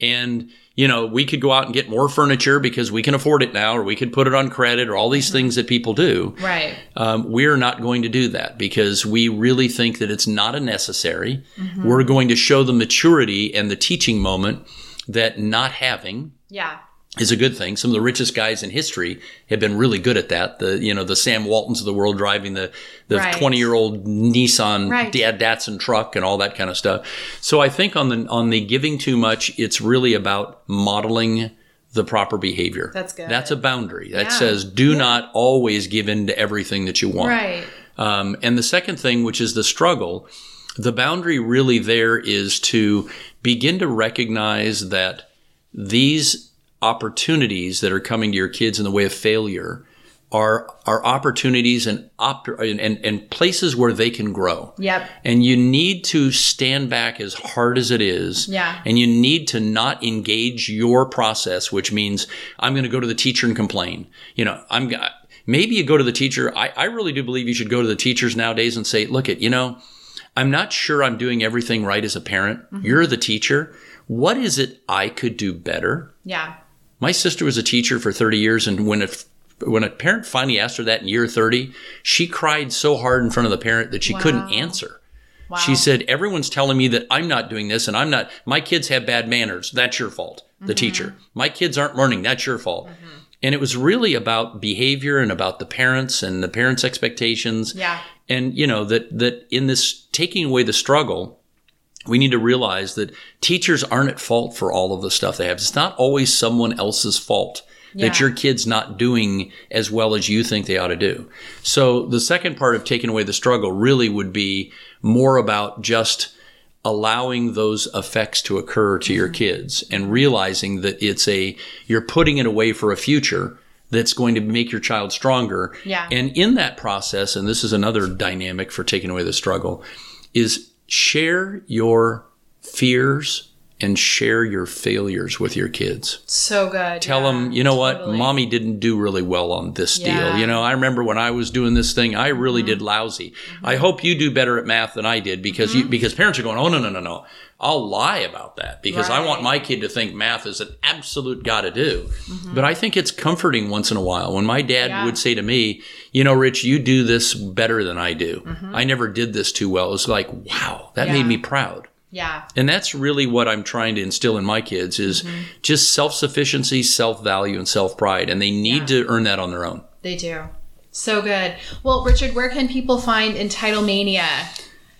Speaker 4: And you know, we could go out and get more furniture because we can afford it now, or we could put it on credit, or all these things that people do.
Speaker 2: Right.
Speaker 4: Um, we're not going to do that because we really think that it's not a necessary. We're going to show the maturity and the teaching moment that not having
Speaker 2: Yeah.
Speaker 4: is a good thing. Some of the richest guys in history have been really good at that. The you know the Sam Waltons of the world driving the the
Speaker 2: Right.
Speaker 4: twenty year old Nissan
Speaker 2: Right.
Speaker 4: Da- Datsun truck and all that kind of stuff. So I think on the on the giving too much, it's really about modeling the proper behavior.
Speaker 2: That's good.
Speaker 4: That's a boundary that
Speaker 2: Yeah.
Speaker 4: says do not always give in to everything that you want.
Speaker 2: Right.
Speaker 4: Um, and the second thing, which is the struggle, the boundary really there is to begin to recognize that these opportunities that are coming to your kids in the way of failure are are opportunities and opt- and, and, and places where they can grow.
Speaker 2: Yep.
Speaker 4: And you need to stand back as hard as it is.
Speaker 2: Yeah.
Speaker 4: And you need to not engage your process, which means I'm going to go to the teacher and complain. You know, I'm g- maybe you go to the teacher. I, I really do believe you should go to the teachers nowadays and say, look, it, you know, I'm not sure I'm doing everything right as a parent. You're the teacher. What is it I could do better?
Speaker 2: Yeah.
Speaker 4: My sister was a teacher for 30 years, and when a when a parent finally asked her that in year 30, she cried so hard in front of the parent that she couldn't answer. She said, Everyone's telling me that I'm not doing this and I'm not, my kids have bad manners. That's your fault, the teacher. My kids aren't learning. That's your fault. And it was really about behavior and about the parents and the parents' expectations.
Speaker 2: Yeah.
Speaker 4: And, you know, that, that in this taking away the struggle, we need to realize that teachers aren't at fault for all of the stuff they have. It's not always someone else's fault that
Speaker 2: Yeah.
Speaker 4: your kid's not doing as well as you think they ought to do. So the second part of taking away the struggle really would be more about just allowing those effects to occur to your kids and realizing that it's a you're putting it away for a future that's going to make your child stronger.
Speaker 2: Yeah.
Speaker 4: And in that process, and this is another dynamic for taking away the struggle, is share your fears and share your failures with your kids
Speaker 2: So good.
Speaker 4: tell
Speaker 2: yeah.
Speaker 4: them, you know what,
Speaker 2: totally.
Speaker 4: mommy didn't do really well on this
Speaker 2: Yeah. Mm-hmm.
Speaker 4: deal. You know, I remember when I was doing this thing, I
Speaker 2: Mm-hmm.
Speaker 4: really did lousy. I hope you do better at math than I did because you because parents are going, oh no no no no, I'll lie about that because I want my kid to think math is an absolute got to do.
Speaker 2: Mm-hmm.
Speaker 4: But I think it's comforting once in a while when my dad would say to me, You know, Rich, you do this better than I do.
Speaker 2: Mm-hmm.
Speaker 4: I never did this too well. It was like, Wow, that made me proud.
Speaker 7: Yeah.
Speaker 4: And that's really what I'm trying to instill in my kids is just self-sufficiency, self-value and self-pride and they need to earn that on their own.
Speaker 7: They do. So good. Well, Richard, where can people find Entitlemania?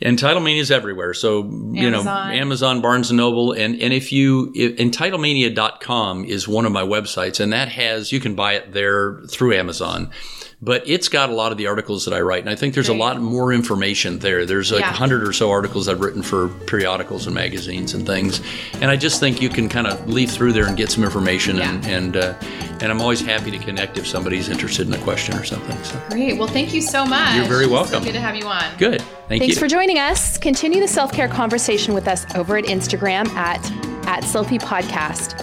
Speaker 4: Entitlemania is everywhere. So, you know,
Speaker 7: Amazon.
Speaker 4: Amazon, Barnes and Noble and and if you if, entitlemania.com is one of my websites and that has you can buy it there through Amazon. But it's got a lot of the articles that I write and I think there's a lot more information there. There's like a
Speaker 7: Yeah.
Speaker 4: 100 or so articles I've written for periodicals and magazines and things. And I just think you can kind of leaf through there and get some information and and uh, and I'm always happy to connect if somebody's interested in a question or something. So,
Speaker 7: Great. Well, thank you so much.
Speaker 4: You're very
Speaker 7: It's so
Speaker 4: welcome.
Speaker 7: good to have you on.
Speaker 4: good. Thank
Speaker 2: Thanks
Speaker 4: you.
Speaker 2: for joining us. Continue the self care conversation with us over at Instagram at, at Selfie Podcast.